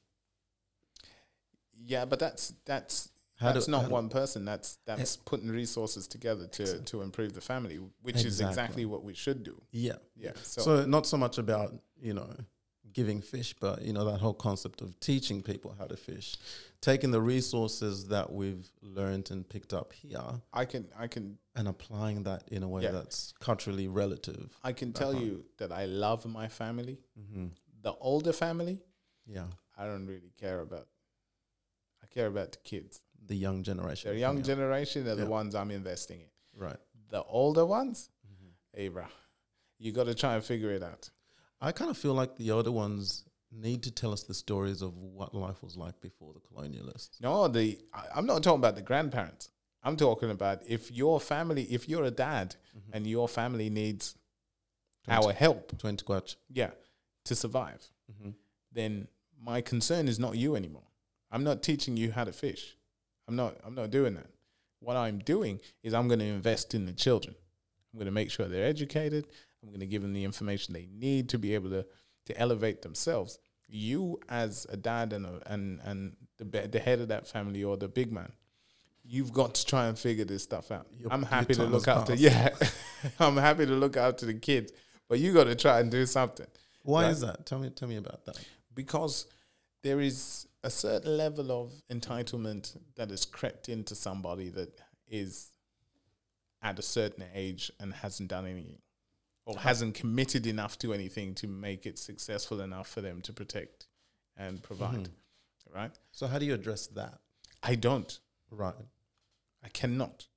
Speaker 1: Yeah, but that's that's
Speaker 2: How do-
Speaker 1: that's
Speaker 2: how
Speaker 1: not
Speaker 2: do- Eh.
Speaker 1: one person. That's that's putting resources together to to improve the family, which is
Speaker 2: Exactly.
Speaker 1: exactly what we should do.
Speaker 2: Yeah.
Speaker 1: Yeah. So,
Speaker 2: So, not so much about, you know, giving fish, but, you know, that whole concept of teaching people how to fish, taking the resources that we've learned and picked up here
Speaker 1: I can I can
Speaker 2: and applying that in a way
Speaker 1: Yeah.
Speaker 2: that's culturally relative.
Speaker 1: I can tell
Speaker 2: Uh-huh.
Speaker 1: you that I love my family.
Speaker 2: Mm-hmm.
Speaker 1: The older family,
Speaker 2: Yeah.
Speaker 1: I don't really care about. I care about the kids.
Speaker 2: The young generation.
Speaker 1: The young
Speaker 2: coming up.
Speaker 1: generation are the
Speaker 2: Yeah.
Speaker 1: ones I'm investing in.
Speaker 2: Right.
Speaker 1: The older ones,
Speaker 2: Mm-hmm.
Speaker 1: hey, bruh, you got to try and figure it out.
Speaker 2: I kind of feel like the older ones need to tell us the stories of what life was like before the colonialists.
Speaker 1: No, the I, I'm not talking about the grandparents. I'm talking about if your family, if you're a dad
Speaker 2: Mm-hmm.
Speaker 1: and your family needs our help,
Speaker 2: 20 quatch.
Speaker 1: yeah, to survive,
Speaker 2: Mhm.
Speaker 1: then my concern is not you anymore. I'm not teaching you how to fish. I'm not. I'm not doing that. What I'm doing is I'm going to invest in the children. I'm going to make sure they're educated. I'm going to give them the information they need to be able to to elevate themselves. You, as a dad and a, and and the, be- the head of that family or the big man, you've got to try and figure this stuff out.
Speaker 2: Your-
Speaker 1: I'm
Speaker 2: your
Speaker 1: happy to
Speaker 2: time
Speaker 1: look
Speaker 2: has
Speaker 1: after.
Speaker 2: passed.
Speaker 1: Yeah, I'm happy to look after the kids, but you got to try and do something
Speaker 2: Why
Speaker 1: Right.
Speaker 2: is that? Tell me tell me about that.
Speaker 1: because there is a certain level of entitlement that has crept into somebody that is at a certain age and hasn't done anything or hasn't committed enough to anything to make it successful enough for them to protect and provide. Right?
Speaker 2: So how do you address that?
Speaker 1: I don't.
Speaker 2: Right.
Speaker 1: I cannot.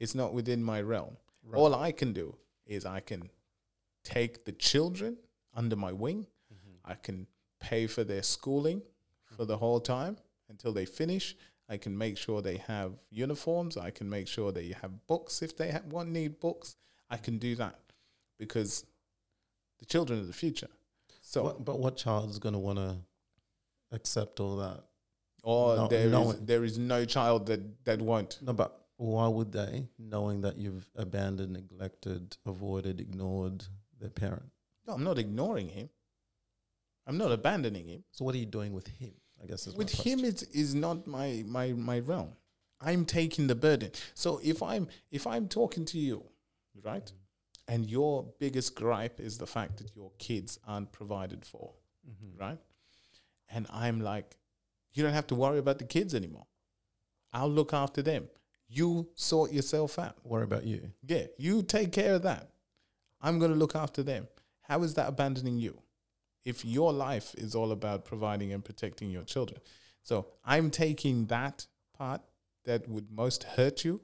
Speaker 1: It's not within my realm. All I can do is I can take the children under my wing.
Speaker 2: Mm-hmm.
Speaker 1: I can pay for their schooling for the whole time until they finish. I can make sure they have uniforms. I can make sure they have books if they ha- want need books. I can do that because the children are the future. So
Speaker 2: What, but what child is going to want to accept all that?
Speaker 1: or
Speaker 2: No-
Speaker 1: there is
Speaker 2: no one-
Speaker 1: there is no child that that won't.
Speaker 2: No, but why would they, knowing that you've abandoned, neglected, avoided, ignored their parent?
Speaker 1: No, I'm not ignoring him. I'm not abandoning him.
Speaker 2: So what are you doing with him? I guess is my
Speaker 1: with
Speaker 2: question.
Speaker 1: him it is not my my my realm i'm taking the burden so if i'm if i'm talking to you right
Speaker 2: Mm-hmm.
Speaker 1: and your biggest gripe is the fact that your kids aren't provided for
Speaker 2: Mm-hmm.
Speaker 1: right and i'm like you don't have to worry about the kids anymore i'll look after them you sort yourself out
Speaker 2: What about you?
Speaker 1: yeah you take care of that i'm going to look after them how is that abandoning you if your life is all about providing and protecting your children. So I'm taking that part that would most hurt you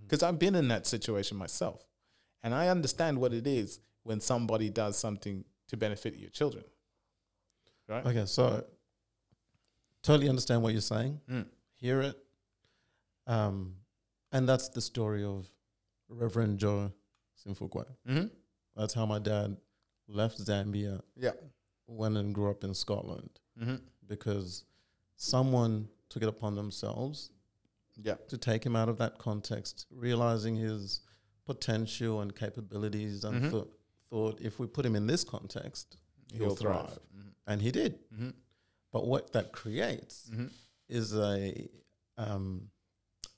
Speaker 1: because I've been in that situation myself. And I understand what it is when somebody does something to benefit your children. Right?
Speaker 2: Okay, so totally understand what you're saying.
Speaker 1: Mm.
Speaker 2: Hear it. Um, and that's the story of Reverend Joe Simfukwe.
Speaker 1: Mm-hmm.
Speaker 2: That's how my dad left Zambia,
Speaker 1: Yeah.
Speaker 2: went and grew up in Scotland
Speaker 1: Mm-hmm.
Speaker 2: because someone took it upon themselves
Speaker 1: Yeah.
Speaker 2: to take him out of that context, realizing his potential and capabilities, and
Speaker 1: Mhm.
Speaker 2: thought, thought if we put him in this context, he'll, thrive. Mm-hmm. And he did.
Speaker 1: Mhm.
Speaker 2: But what that creates
Speaker 1: Mhm.
Speaker 2: is a um,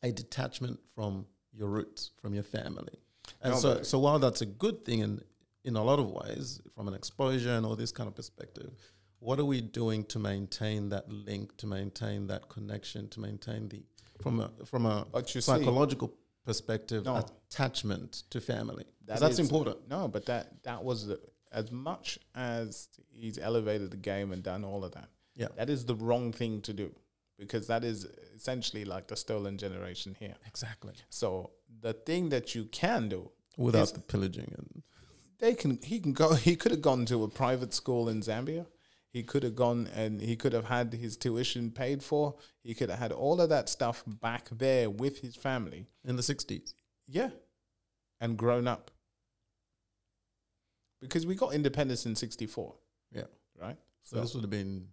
Speaker 2: a detachment from your roots, from your family. And
Speaker 1: No,
Speaker 2: so,
Speaker 1: but-
Speaker 2: so while that's a good thing in in a lot of ways, from an exposure and all this kind of perspective, what are we doing to maintain that link, to maintain that connection, to maintain the from a from a
Speaker 1: But you see-
Speaker 2: psychological perspective
Speaker 1: No.
Speaker 2: attachment to family? 'Cause
Speaker 1: That
Speaker 2: that's
Speaker 1: is-
Speaker 2: important.
Speaker 1: No, but that that was the, as much as he's elevated the game and done all of that.
Speaker 2: Yeah.
Speaker 1: that is the wrong thing to do because that is essentially like the stolen generation here.
Speaker 2: Exactly.
Speaker 1: So the thing that you can do,
Speaker 2: Without
Speaker 1: It's-
Speaker 2: the pillaging and
Speaker 1: they can he can go. He could have gone to a private school in Zambia. He could have gone and he could have had his tuition paid for. He could have had all of that stuff back there with his family.
Speaker 2: in the 60s.
Speaker 1: Yeah. And grown up. Because we got independence in 64,
Speaker 2: Yeah.
Speaker 1: right?
Speaker 2: So, this would have been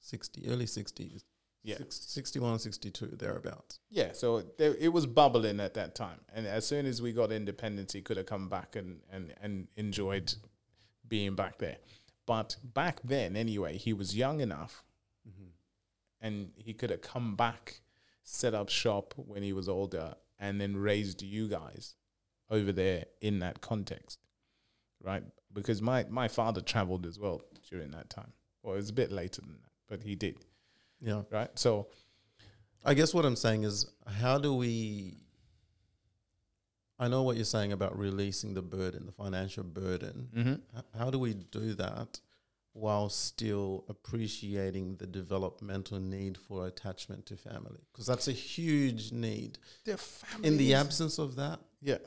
Speaker 2: 60, early 60s.
Speaker 1: Yeah.
Speaker 2: Six- 61, 62, thereabouts.
Speaker 1: Yeah, so there, it was bubbling at that time, and as soon as we got independence, he could have come back and and and enjoyed being back there. But back then, anyway, he was young enough, and he could have come back, set up shop when he was older, and then raised you guys over there in that context, right? Because my my father traveled as well during that time. Well, it was a bit later than that, but he did,
Speaker 2: Yeah.
Speaker 1: right? So
Speaker 2: I guess what I'm saying is, how do we? I know what you're saying about releasing the burden, the financial burden. H- How do we do that while still appreciating the developmental need for attachment to family? Because that's a huge need.
Speaker 1: their family
Speaker 2: In the absence of that,
Speaker 1: yeah,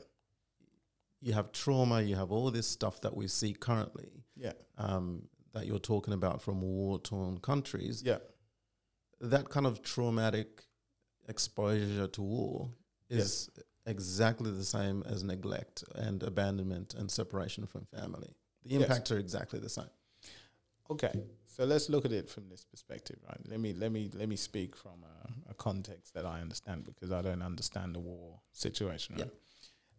Speaker 2: you have trauma, you have all this stuff that we see currently
Speaker 1: yeah,
Speaker 2: um, that you're talking about from war torn countries.
Speaker 1: yeah.
Speaker 2: that kind of traumatic exposure to war is exactly the same as neglect and abandonment and separation from family. The
Speaker 1: Yes.
Speaker 2: impacts are exactly the same.
Speaker 1: Okay, so let's look at it from this perspective, right? Let me let me let me speak from a, a context that I understand because I don't understand the war situation. Right?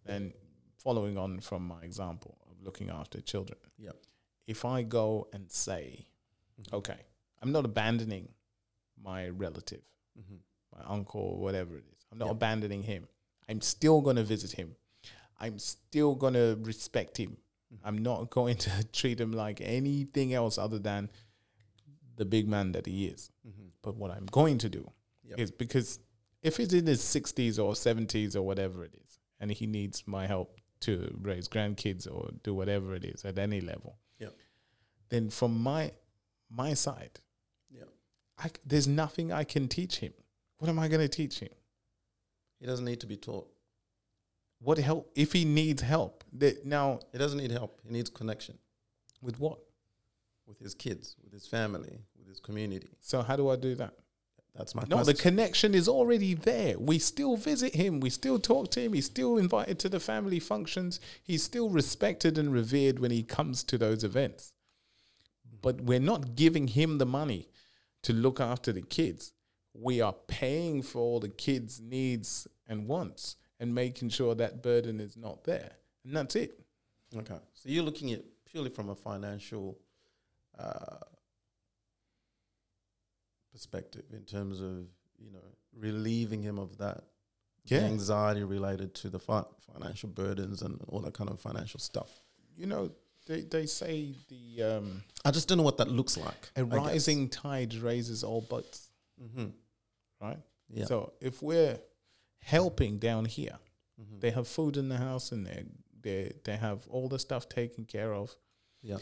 Speaker 1: And following on from my example of looking after children,
Speaker 2: Yeah.
Speaker 1: if I go and say, okay, I'm not abandoning my relative, my uncle, or whatever it is. I'm not abandoning him. I'm still going to visit him. I'm still going to respect him. I'm not going to treat him like anything else other than the big man that he is. But what I'm going to do
Speaker 2: Yep.
Speaker 1: is because if he's in his 60s or 70s or whatever it is, and he needs my help to raise grandkids or do whatever it is at any level,
Speaker 2: Yeah.
Speaker 1: then from my my side,
Speaker 2: Yeah.
Speaker 1: I c there's nothing I can teach him. What am I going to teach him?
Speaker 2: He doesn't need to be taught.
Speaker 1: What help if he needs help? That now
Speaker 2: He doesn't need help. He needs connection
Speaker 1: with what?
Speaker 2: with his kids, with his family, with his community.
Speaker 1: So how do I do that?
Speaker 2: That's my
Speaker 1: No, the
Speaker 2: question.
Speaker 1: connection is already there. We still visit him. We still talk to him. He's still invited to the family functions. He's still respected and revered when he comes to those events. But we're not giving him the money to look after the kids. We are paying for all the kids' needs and wants and making sure that burden is not there. And that's it.
Speaker 2: okay. So you're looking at purely from a financial uh, perspective in terms of, you know, relieving him of that the anxiety related to the fi- financial burdens and all that kind of financial stuff.
Speaker 1: You know, they, they say the um,
Speaker 2: I just don't know what that looks like.
Speaker 1: a rising tide raises all boats,
Speaker 2: Mm-hmm.
Speaker 1: right?
Speaker 2: Yeah.
Speaker 1: So if we're helping down here,
Speaker 2: Mm-hmm.
Speaker 1: they have food in the house and they they they have all the stuff taken care of.
Speaker 2: yeah.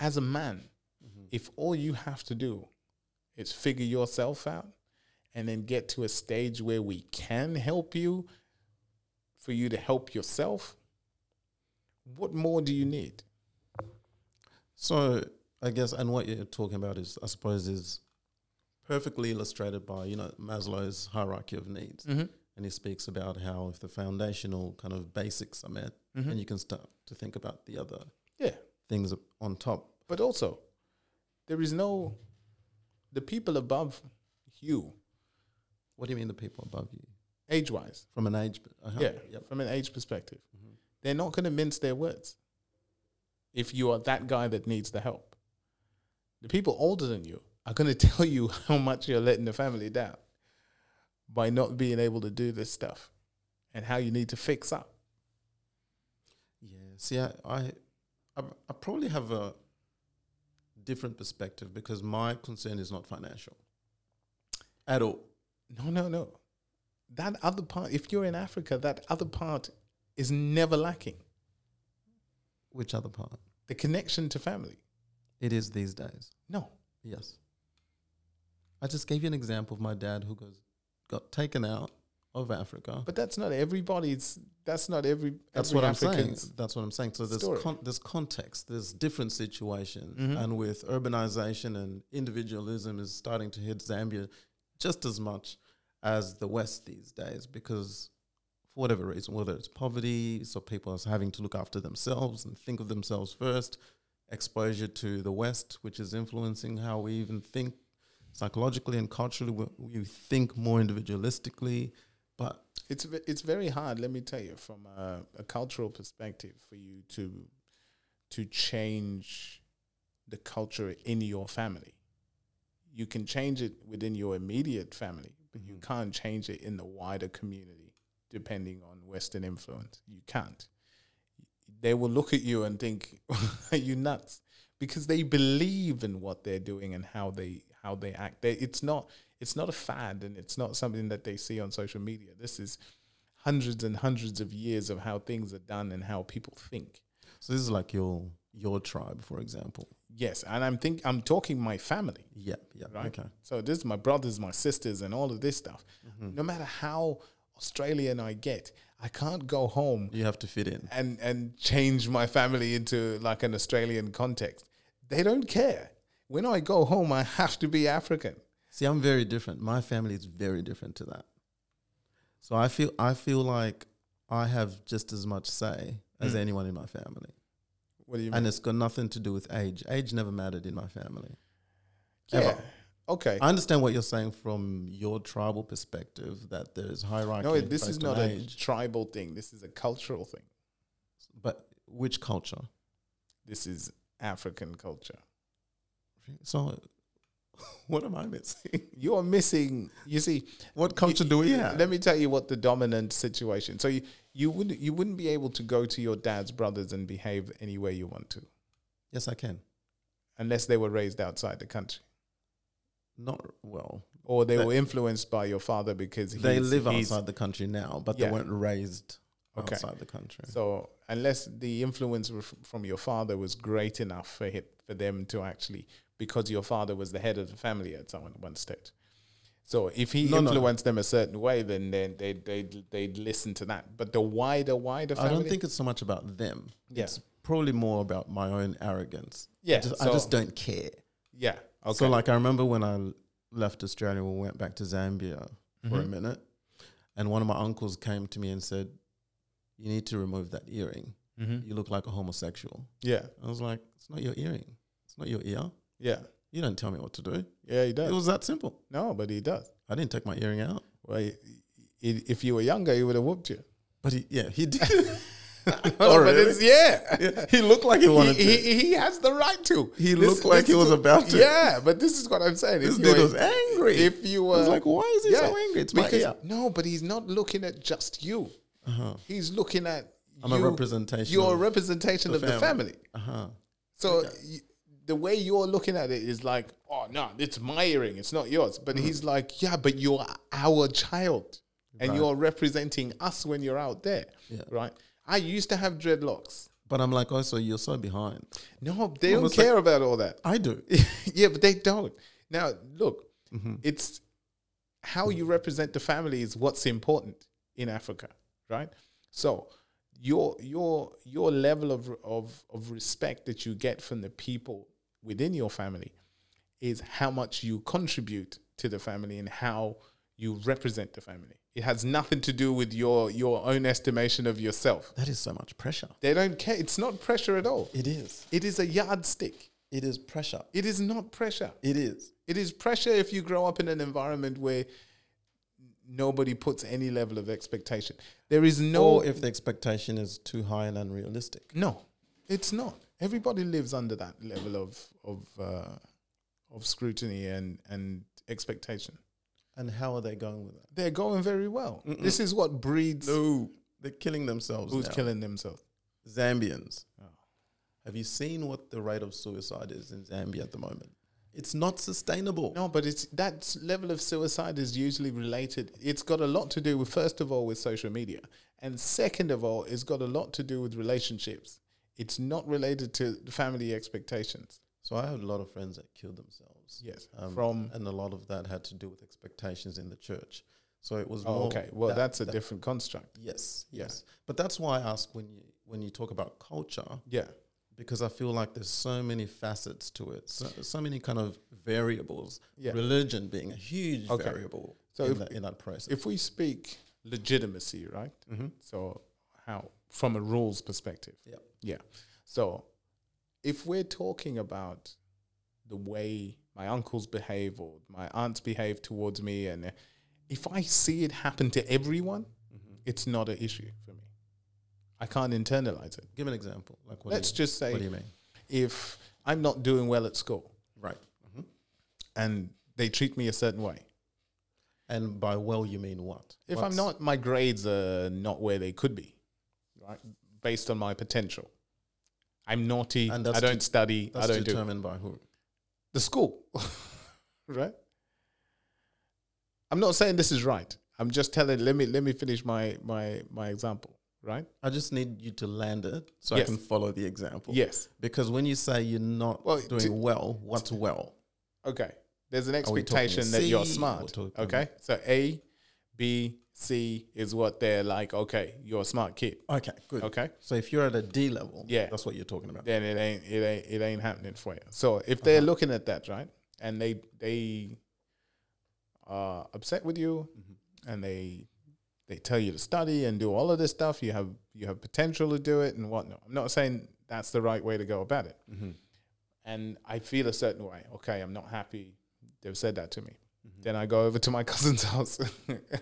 Speaker 1: As a man,
Speaker 2: Mm-hmm.
Speaker 1: if all you have to do is figure yourself out and then get to a stage where we can help you for you to help yourself, what more do you need?
Speaker 2: So I guess, and what you're talking about is, I suppose, is perfectly illustrated by you know Maslow's hierarchy of needs, and he speaks about how if the foundational kind of basics are met, then you can start to think about the other
Speaker 1: Yeah.
Speaker 2: things up- on top.
Speaker 1: But also, there is no the people above you,
Speaker 2: What do you mean the people above you
Speaker 1: age wise,
Speaker 2: from an age? uh
Speaker 1: yeah, from an age perspective. They're not going to mince their words if you are that guy that needs the help. The people older than you are going to tell you how much you're letting the family down by not being able to do this stuff and how you need to fix up.
Speaker 2: Yeah. See, I, I, I, I probably have a different perspective because my concern is not financial at all.
Speaker 1: No, no, no. That other part, if you're in Africa, that other part is never lacking
Speaker 2: Which other part?
Speaker 1: the connection to family.
Speaker 2: It is these days.
Speaker 1: No.
Speaker 2: Yes. I just gave you an example of my dad who goes got taken out of Africa.
Speaker 1: But that's not everybody's. That's not every.
Speaker 2: That's
Speaker 1: every
Speaker 2: what I'm saying.
Speaker 1: African's-
Speaker 2: That's what I'm saying. So there's
Speaker 1: story.
Speaker 2: con- there's context. There's different situations, and with urbanization and individualism is starting to hit Zambia just as much as the West these days because for whatever reason, whether it's poverty, so people are having to look after themselves and think of themselves first, exposure to the West, which is influencing how we even think psychologically and culturally. We, we think more individualistically, but
Speaker 1: It's ve- it's very hard. Let me tell you, from a, a cultural perspective, for you to to change the culture in your family. You can change it within your immediate family, but you
Speaker 2: Mm-hmm.
Speaker 1: can't change it in the wider community. Depending on Western influence, you can't. They will look at you and think, "Are you nuts?" Because they believe in what they're doing and how they how they act. They, it's not it's not a fad, and it's not something that they see on social media. This is hundreds and hundreds of years of how things are done and how people think.
Speaker 2: So this is like your your tribe, for example.
Speaker 1: Yes, and I'm think I'm talking my family.
Speaker 2: Yeah, yeah.
Speaker 1: right?
Speaker 2: Okay.
Speaker 1: So this is my brothers, my sisters, and all of this stuff. No matter how Australian I get, I can't go home
Speaker 2: You have to fit in.
Speaker 1: and and change my family into like an Australian context. They don't care. When I go home, I have to be African.
Speaker 2: See, I'm very different. My family is very different to that. So I feel I feel like I have just as much say
Speaker 1: Hmm.
Speaker 2: as anyone in my family.
Speaker 1: What do you mean?
Speaker 2: And it's got nothing to do with age. Age never mattered in my family.
Speaker 1: yeah.
Speaker 2: ever.
Speaker 1: Okay.
Speaker 2: I understand what you're saying from your tribal perspective that there is hierarchy.
Speaker 1: no, this is
Speaker 2: based on
Speaker 1: not a
Speaker 2: age.
Speaker 1: tribal thing. This is a cultural thing.
Speaker 2: But which culture?
Speaker 1: This is African culture.
Speaker 2: So what am I missing?
Speaker 1: You are missing. You see,
Speaker 2: What culture
Speaker 1: you-
Speaker 2: do we have?
Speaker 1: Let me tell you what the dominant situation. So you you wouldn't you wouldn't be able to go to your dad's brothers and behave any way you want to,
Speaker 2: yes, I can.
Speaker 1: unless they were raised outside the country
Speaker 2: Not well.
Speaker 1: or they
Speaker 2: That-
Speaker 1: were influenced by your father because
Speaker 2: they
Speaker 1: he's-
Speaker 2: live
Speaker 1: he's-
Speaker 2: outside the country now, but
Speaker 1: Yeah.
Speaker 2: they weren't raised
Speaker 1: Okay.
Speaker 2: outside the country.
Speaker 1: So unless the influence f- from your father was great enough for him, for them to actually, because your father was the head of the family at some one stage. So if he
Speaker 2: No, no.
Speaker 1: influenced them a certain way, then they they they they'd listen to that. But the wider wider
Speaker 2: I
Speaker 1: family,
Speaker 2: don't think it's so much about them.
Speaker 1: Yeah.
Speaker 2: It's probably more about my own arrogance.
Speaker 1: Yeah,
Speaker 2: I just, I
Speaker 1: so-
Speaker 2: just don't care.
Speaker 1: yeah, okay,
Speaker 2: So, like, I remember when I l- left Australia, we went back to Zambia for
Speaker 1: Mm-hmm.
Speaker 2: a minute, and one of my uncles came to me and said, You need to remove that earring.
Speaker 1: Mm-hmm.
Speaker 2: You look like a homosexual.
Speaker 1: yeah,
Speaker 2: I was like, It's not your earring, it's not your ear.
Speaker 1: yeah,
Speaker 2: You don't tell me what to do.
Speaker 1: yeah, he
Speaker 2: It
Speaker 1: does.
Speaker 2: was that simple.
Speaker 1: No, but he does.
Speaker 2: I didn't take my earring out.
Speaker 1: Well, he, he- if you were younger, he would have whooped you.
Speaker 2: But he, yeah, he did.
Speaker 1: Oh,
Speaker 2: Oh,
Speaker 1: but
Speaker 2: really?
Speaker 1: it's, yeah.
Speaker 2: Yeah, he looked like he wanted
Speaker 1: he,
Speaker 2: to.
Speaker 1: he, he has the right to.
Speaker 2: He looked like he
Speaker 1: is
Speaker 2: was
Speaker 1: what-
Speaker 2: about to.
Speaker 1: Yeah, but this is what I'm saying. If
Speaker 2: this
Speaker 1: you
Speaker 2: dude
Speaker 1: were-
Speaker 2: was angry.
Speaker 1: If you were
Speaker 2: I was like, why is he so angry? It's my
Speaker 1: because-
Speaker 2: ear. Uh-huh.
Speaker 1: No, but he's not looking at just you. He's looking at
Speaker 2: I'm a
Speaker 1: you-
Speaker 2: representation
Speaker 1: You're a
Speaker 2: of
Speaker 1: representation of the family.
Speaker 2: Uh huh.
Speaker 1: So y the way you're looking at it is like, oh no, it's my earring, it's not yours. But
Speaker 2: Mm-hmm.
Speaker 1: he's like, yeah, but you're our child, and you're representing us when you're out there,
Speaker 2: Yeah.
Speaker 1: right? I used to have dreadlocks.
Speaker 2: But I'm like, also, you're so behind.
Speaker 1: No, they don't
Speaker 2: Almost like-
Speaker 1: care about all that.
Speaker 2: I do.
Speaker 1: yeah, but they don't. Now, look, it's how you represent the family is what's important in Africa, right? So your your your level of of of respect that you get from the people within your family is how much you contribute to the family and how you represent the family. It has nothing to do with your your own estimation of yourself.
Speaker 2: That is so much pressure.
Speaker 1: They don't care. It's not pressure at all.
Speaker 2: It is.
Speaker 1: It is a yardstick.
Speaker 2: It is pressure.
Speaker 1: It is not pressure.
Speaker 2: It is.
Speaker 1: It is pressure if you grow up in an environment where nobody puts any level of expectation. There is no
Speaker 2: Or if the expectation is too high and unrealistic.
Speaker 1: no, it's not. Everybody lives under that level of of uh, of scrutiny and and expectation.
Speaker 2: And how are they going with that?
Speaker 1: They're going very well. This is what breeds
Speaker 2: No, they're killing themselves.
Speaker 1: who's
Speaker 2: now.
Speaker 1: killing themselves.
Speaker 2: Zambians. Oh. Have you seen what the rate of suicide is in Zambia at the moment? It's not sustainable.
Speaker 1: No, but it's that s- level of suicide is usually related. It's got a lot to do with first of all with social media, and second of all, it's got a lot to do with relationships. It's not related to the family expectations.
Speaker 2: So I had a lot of friends that killed themselves.
Speaker 1: Yes,
Speaker 2: um,
Speaker 1: from
Speaker 2: and a lot of that had to do with expectations in the church. So it was
Speaker 1: Oh,
Speaker 2: more
Speaker 1: okay. Well,
Speaker 2: that-
Speaker 1: that's a
Speaker 2: that-
Speaker 1: different construct.
Speaker 2: Yes,
Speaker 1: Yeah.
Speaker 2: yes. But that's why I ask when you when you talk about culture
Speaker 1: Yeah.
Speaker 2: because I feel like there's so many facets to it, so, so many kind of variables.
Speaker 1: Yeah.
Speaker 2: Religion being a huge
Speaker 1: Okay.
Speaker 2: variable
Speaker 1: So
Speaker 2: in,
Speaker 1: if-
Speaker 2: that, in that process.
Speaker 1: If we speak legitimacy, right?
Speaker 2: Mhm.
Speaker 1: So how from a rules perspective.
Speaker 2: Yeah.
Speaker 1: Yeah. So if we're talking about the way my uncles behave or my aunts behave towards me and if I see it happen to everyone,
Speaker 2: Mm-hmm.
Speaker 1: it's not an issue for me. I can't internalize it.
Speaker 2: Give an example. Like what?
Speaker 1: Let's
Speaker 2: do you,
Speaker 1: just
Speaker 2: What do
Speaker 1: say
Speaker 2: you mean?
Speaker 1: if I'm not doing well at school
Speaker 2: Right. hmm
Speaker 1: and they treat me a certain way.
Speaker 2: And by well, you mean what?
Speaker 1: If I'm
Speaker 2: What's-
Speaker 1: not, my grades are not where they could be, right? Based on my potential. I'm naughty. I
Speaker 2: And that's
Speaker 1: don't
Speaker 2: det-
Speaker 1: study. I
Speaker 2: that's
Speaker 1: don't do
Speaker 2: determined by who?
Speaker 1: the school, right? I'm not saying this is right. I'm just telling. Let me let me finish my my my example, right?
Speaker 2: I just need you to land it so
Speaker 1: Yes.
Speaker 2: I can follow the example.
Speaker 1: Yes.
Speaker 2: Because when you say you're not
Speaker 1: Well,
Speaker 2: doing
Speaker 1: to-
Speaker 2: well, what's well?
Speaker 1: Okay. There's an
Speaker 2: we talking
Speaker 1: expectation that you're
Speaker 2: C?
Speaker 1: smart.
Speaker 2: We're talking-
Speaker 1: Okay. So A, B, C is what they're like. Okay, you're a smart kid.
Speaker 2: Okay, good.
Speaker 1: Okay.
Speaker 2: So if you're at a D level,
Speaker 1: Yeah.
Speaker 2: that's what you're talking about.
Speaker 1: then it ain't it ain't it ain't happening for you. So if they're looking at that, right, and they they are upset with you, and they they tell you to study and do all of this stuff, you have you have potential to do it and whatnot. I'm not saying that's the right way to go about it. And I feel a certain way. Okay, I'm not happy. They've said that to me. Then I go over to my cousin's house,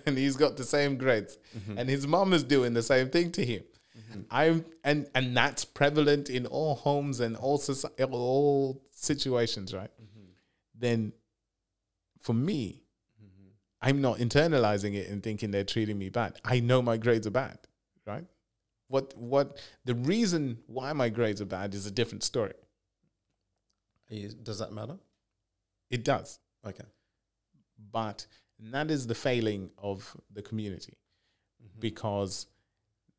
Speaker 1: and he's got the same grades, and his mom is doing the same thing to him. I'm and and that's prevalent in all homes and all society, all situations, right? Then, for me, I'm not internalizing it and thinking they're treating me bad. I know my grades are bad, right? What what the reason why my grades are bad is a different story.
Speaker 2: Are you- does that matter?
Speaker 1: It does,
Speaker 2: Okay.
Speaker 1: but that is the failing of the community
Speaker 2: Mm-hmm.
Speaker 1: because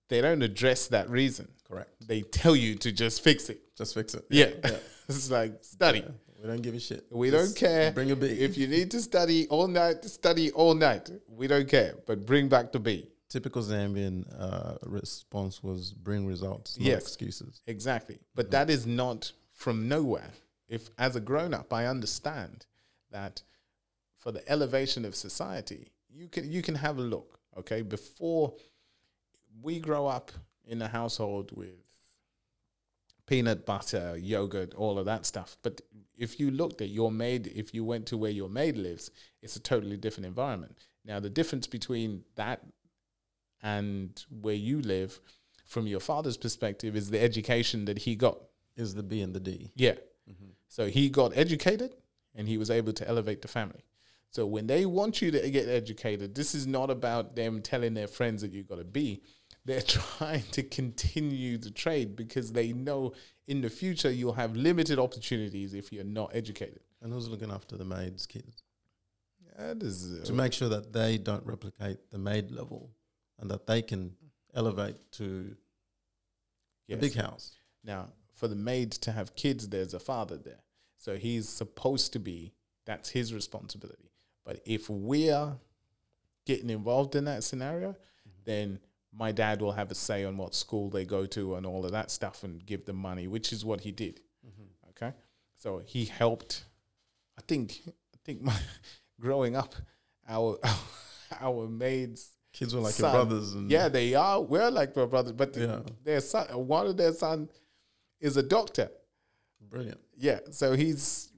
Speaker 1: they don't address that reason.
Speaker 2: Correct.
Speaker 1: They tell you to just fix it.
Speaker 2: Just fix it.
Speaker 1: Yeah. it's like study.
Speaker 2: We don't give a shit.
Speaker 1: We
Speaker 2: Just
Speaker 1: don't care.
Speaker 2: Bring a B.
Speaker 1: If you need to study all night, study all night. We don't care. But bring back the B.
Speaker 2: Typical Zambian uh, response was bring results, not
Speaker 1: Yes.
Speaker 2: excuses.
Speaker 1: Exactly. But that is not from nowhere. If as a grown up I understand that for the elevation of society, you can you can have a look, okay? Before we grow up in a household with peanut butter, yogurt, all of that stuff. But if you looked at your maid, if you went to where your maid lives, it's a totally different environment. Now, the difference between that and where you live, from your father's perspective, is the education that he got.
Speaker 2: Is the B and the D.
Speaker 1: Yeah. So he got educated and he was able to elevate the family. So when they want you to get educated, this is not about them telling their friends that you got to be. They're trying to continue the trade because they know in the future you'll have limited opportunities if you're not educated.
Speaker 2: And who's looking after the maid's kids?
Speaker 1: That is,
Speaker 2: To make sure that they don't replicate the maid level and that they can elevate to the
Speaker 1: yes.
Speaker 2: big house.
Speaker 1: Now, for the maid to have kids, there's a father there. So he's supposed to be, that's his responsibility. But if we're getting involved in that scenario, then my dad will have a say on what school they go to and all of that stuff and give them money, which is what he did. Okay. So he helped. I think, I think my growing up, our, our maids
Speaker 2: Kids were like
Speaker 1: son.
Speaker 2: your brothers. And
Speaker 1: yeah, they are. We're like my brothers, but the-
Speaker 2: Yeah.
Speaker 1: their son, one of their son, is a doctor.
Speaker 2: Brilliant.
Speaker 1: Yeah, so he's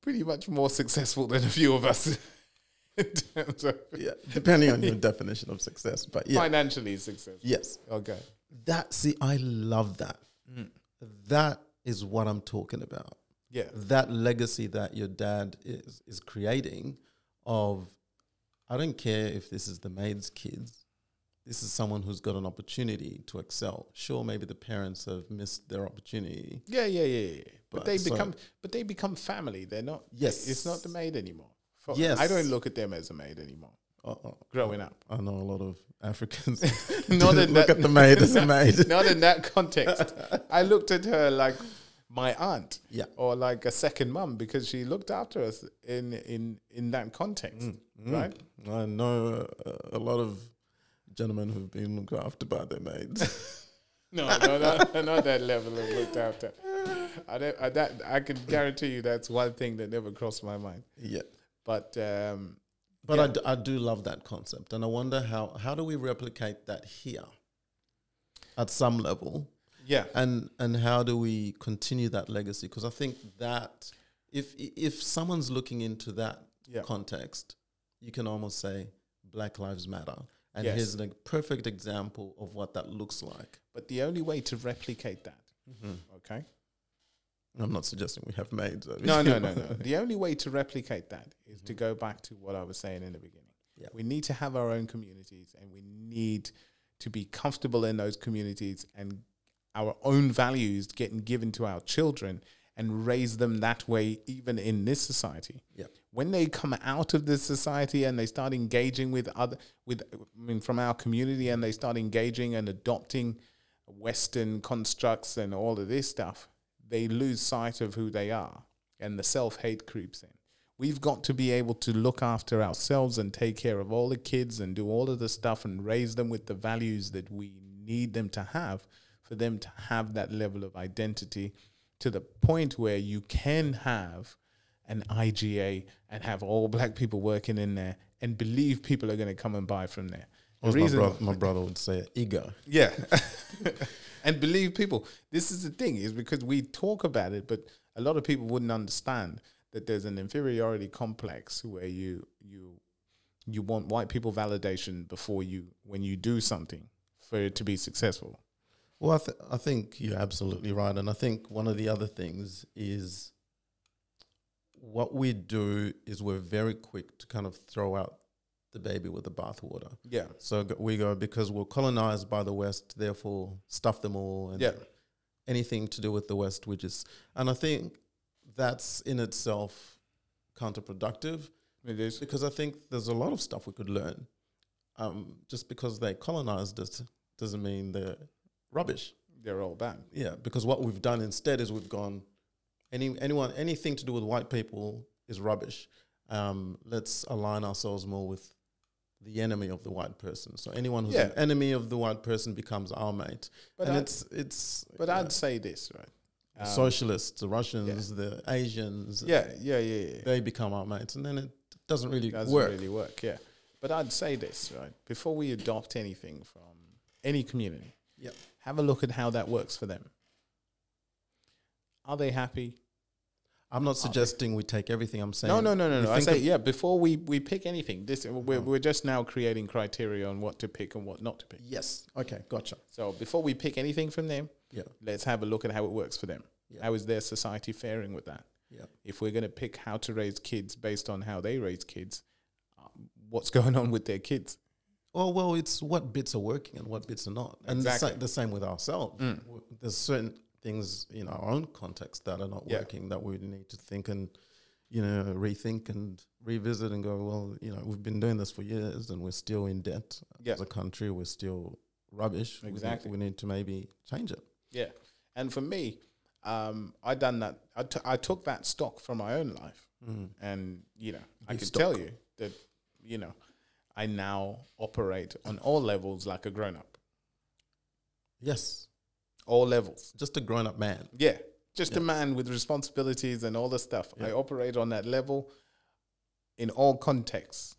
Speaker 1: pretty much more successful than a few of us in terms of
Speaker 2: Yeah. Depending on your definition of success. But yeah.
Speaker 1: financially successful.
Speaker 2: Yes.
Speaker 1: Okay.
Speaker 2: That, see, I love that.
Speaker 1: Mm.
Speaker 2: That is what I'm talking about.
Speaker 1: Yeah.
Speaker 2: that legacy that your dad is is creating of I don't care if this is the maid's kids. This is someone who's got an opportunity to excel. Sure, maybe the parents have missed their opportunity.
Speaker 1: Yeah, yeah, yeah, yeah. But,
Speaker 2: But
Speaker 1: they
Speaker 2: so-
Speaker 1: become, but they become family. They're not.
Speaker 2: Yes.
Speaker 1: it's not the maid anymore. For,
Speaker 2: Yes.
Speaker 1: I don't look at them as a maid anymore.
Speaker 2: Oh, oh,
Speaker 1: Growing up,
Speaker 2: I know a lot of Africans
Speaker 1: Not
Speaker 2: not
Speaker 1: in
Speaker 2: look
Speaker 1: that-
Speaker 2: at the maid as a maid.
Speaker 1: not in that context. I looked at her like my aunt.
Speaker 2: Yeah.
Speaker 1: or like a second mum because she looked after us in in in that context. right?
Speaker 2: Mm. I know uh, a lot of gentlemen who've been looked after by their maids.
Speaker 1: No, no, not, not that level of looked after. I, don't, I, that, I can guarantee you that's one thing that never crossed my mind.
Speaker 2: yeah.
Speaker 1: But um,
Speaker 2: But I
Speaker 1: Yeah.
Speaker 2: d I I, do love that concept, and I wonder how how do we replicate that here at some level,
Speaker 1: yeah,
Speaker 2: and and how do we continue that legacy? Because I think that if if someone's looking into that
Speaker 1: Yeah.
Speaker 2: context, you can almost say Black Lives Matter, and
Speaker 1: Yes.
Speaker 2: here's a perfect example of what that looks like.
Speaker 1: but the only way to replicate that,
Speaker 2: Mm-hmm.
Speaker 1: okay?
Speaker 2: I'm not suggesting we have maids.
Speaker 1: No,
Speaker 2: obviously.
Speaker 1: no, no, no. The only way to replicate that is to go back to what I was saying in the beginning.
Speaker 2: Yeah.
Speaker 1: We need to have our own communities and we need to be comfortable in those communities and our own values getting given to our children and raise them that way, even in this society.
Speaker 2: Yeah.
Speaker 1: When they come out of this society and they start engaging with other, with I mean, from our community, and they start engaging and adopting Western constructs and all of this stuff, they lose sight of who they are, and the self hate creeps in. We've got to be able to look after ourselves and take care of all the kids and do all of the stuff and raise them with the values that we need them to have for them to have that level of identity to the point where you can have an IGA and have all black people working in there and believe people are going to come and buy from there. The
Speaker 2: As my,
Speaker 1: reason-
Speaker 2: bro- my brother would say ego.
Speaker 1: yeah. and believe people. This is the thing, is because we talk about it, but a lot of people wouldn't understand that there's an inferiority complex where you you you want white people validation before you when you do something for it to be successful.
Speaker 2: Well, I, th- I think you're absolutely right. And I think one of the other things is what we do is we're very quick to kind of throw out the baby with the bathwater.
Speaker 1: Yeah.
Speaker 2: So g- we go, because we're colonized by the West, therefore stuff them all and
Speaker 1: Yeah.
Speaker 2: anything to do with the West, we just. And I think that's in itself counterproductive
Speaker 1: It is.
Speaker 2: because I think there's a lot of stuff we could learn. Um, just because they colonized us doesn't mean they're rubbish.
Speaker 1: They're all bad.
Speaker 2: Yeah, because what we've done instead is we've gone any anyone anything to do with white people is rubbish. Um, let's align ourselves more with the enemy of the white person. So anyone who's an
Speaker 1: Yeah.
Speaker 2: enemy of the white person becomes our mate.
Speaker 1: But
Speaker 2: and
Speaker 1: I-
Speaker 2: it's it's
Speaker 1: But
Speaker 2: you know,
Speaker 1: I'd say this, right?
Speaker 2: the socialists, the Russians, the Asians,
Speaker 1: Yeah, yeah, yeah, yeah.
Speaker 2: they become our mates, and then it doesn't really
Speaker 1: doesn't
Speaker 2: work.
Speaker 1: really work. Yeah, but I'd say this right before we adopt anything from any community.
Speaker 2: Yep.
Speaker 1: have a look at how that works for them. Are they happy?
Speaker 2: I'm not suggesting we take everything. I'm saying
Speaker 1: Oh. no, no, no, no,
Speaker 2: we
Speaker 1: no. I
Speaker 2: think
Speaker 1: say
Speaker 2: of-
Speaker 1: yeah. Before we we pick anything, this we're we're just now creating criteria on what to pick and what not to pick.
Speaker 2: yes. Okay, gotcha.
Speaker 1: So before we pick anything from them,
Speaker 2: Yeah,
Speaker 1: let's have a look at how it works for them.
Speaker 2: Yeah.
Speaker 1: How is their society faring with that?
Speaker 2: yeah,
Speaker 1: if we're going to pick how to raise kids based on how they raise kids, um, what's going on with their kids?
Speaker 2: Oh well, it's what bits are working and what bits are not, and the, sa-
Speaker 1: Exactly. Mm.
Speaker 2: the same with ourselves. W There's certain things in our own context that are not
Speaker 1: Yeah.
Speaker 2: working that we need to think and you know rethink and revisit and go. Well, you know, we've been doing this for years and we're still in debt
Speaker 1: Yeah.
Speaker 2: as a country. We're still rubbish. We need-
Speaker 1: Exactly.
Speaker 2: we need, to maybe change it.
Speaker 1: Yeah. And for me, um, I done that. I t- I took that stock from my own life, and you know, I
Speaker 2: Beef
Speaker 1: can
Speaker 2: stock.
Speaker 1: tell you that you know, I now operate on all levels like a grown up.
Speaker 2: Yes,
Speaker 1: All levels.
Speaker 2: just a grown-up man.
Speaker 1: Yeah. Just a man with responsibilities and all the stuff. I operate on that level in all contexts.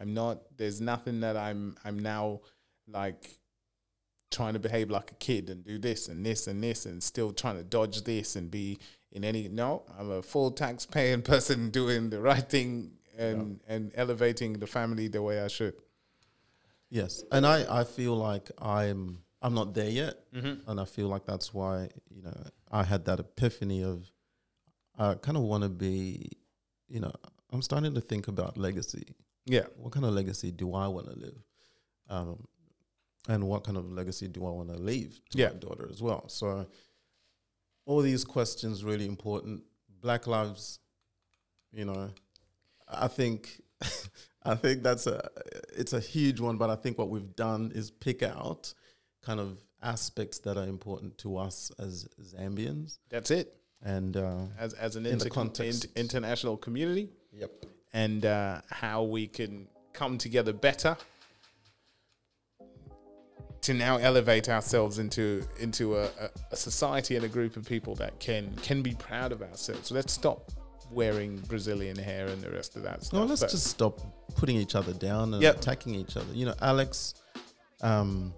Speaker 1: I'm not there's nothing that I'm I'm now like trying to behave like a kid and do this and this and this and still trying to dodge this and be in any no, I'm a full tax paying person doing the right thing and and elevating the family the way I should.
Speaker 2: Yes, and I, I feel like I'm I'm not there yet, and I feel like that's why you know I had that epiphany of I kind of want to be, you know, I'm starting to think about legacy.
Speaker 1: Yeah.
Speaker 2: What kind of legacy do I want to live, um, and what kind of legacy do I want to leave to
Speaker 1: Yeah.
Speaker 2: my daughter as well? So, all these questions really important. Black lives, you know, I think I think that's a it's a huge one, but I think what we've done is pick out kind of aspects that are important to us as Zambians
Speaker 1: That's it.
Speaker 2: and uh,
Speaker 1: As as an
Speaker 2: In the
Speaker 1: inter-
Speaker 2: context.
Speaker 1: in- international community.
Speaker 2: yep
Speaker 1: and uh, how we can come together better to now elevate ourselves into into a, a, a society and a group of people that can can be proud of ourselves. So let's stop wearing Brazilian hair and the rest of that stuff.
Speaker 2: No, let's
Speaker 1: But-
Speaker 2: just stop putting each other down and
Speaker 1: Yep.
Speaker 2: attacking each other. You know, Alex, um,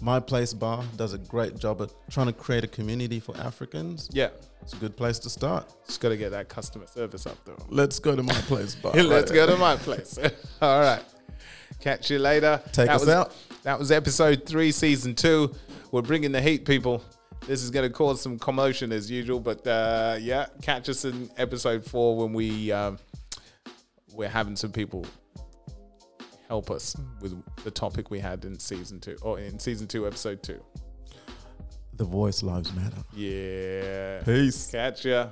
Speaker 2: My Place Bar does a great job at trying to create a community for Africans.
Speaker 1: yeah,
Speaker 2: It's a good place to start.
Speaker 1: just got to get that customer service up though.
Speaker 2: Let's go to My Place Bar.
Speaker 1: Let's go to my place. All right. Catch you later.
Speaker 2: Take
Speaker 1: that
Speaker 2: us
Speaker 1: was,
Speaker 2: out.
Speaker 1: That was episode three, season two. We're bringing the heat, people. This is going to cause some commotion as usual, but uh, yeah, catch us in episode four when we um, we're having some people help us with the topic we had in season two or in season two, episode two.
Speaker 2: The Voice Lives Matter.
Speaker 1: Yeah.
Speaker 2: Peace.
Speaker 1: Catch ya.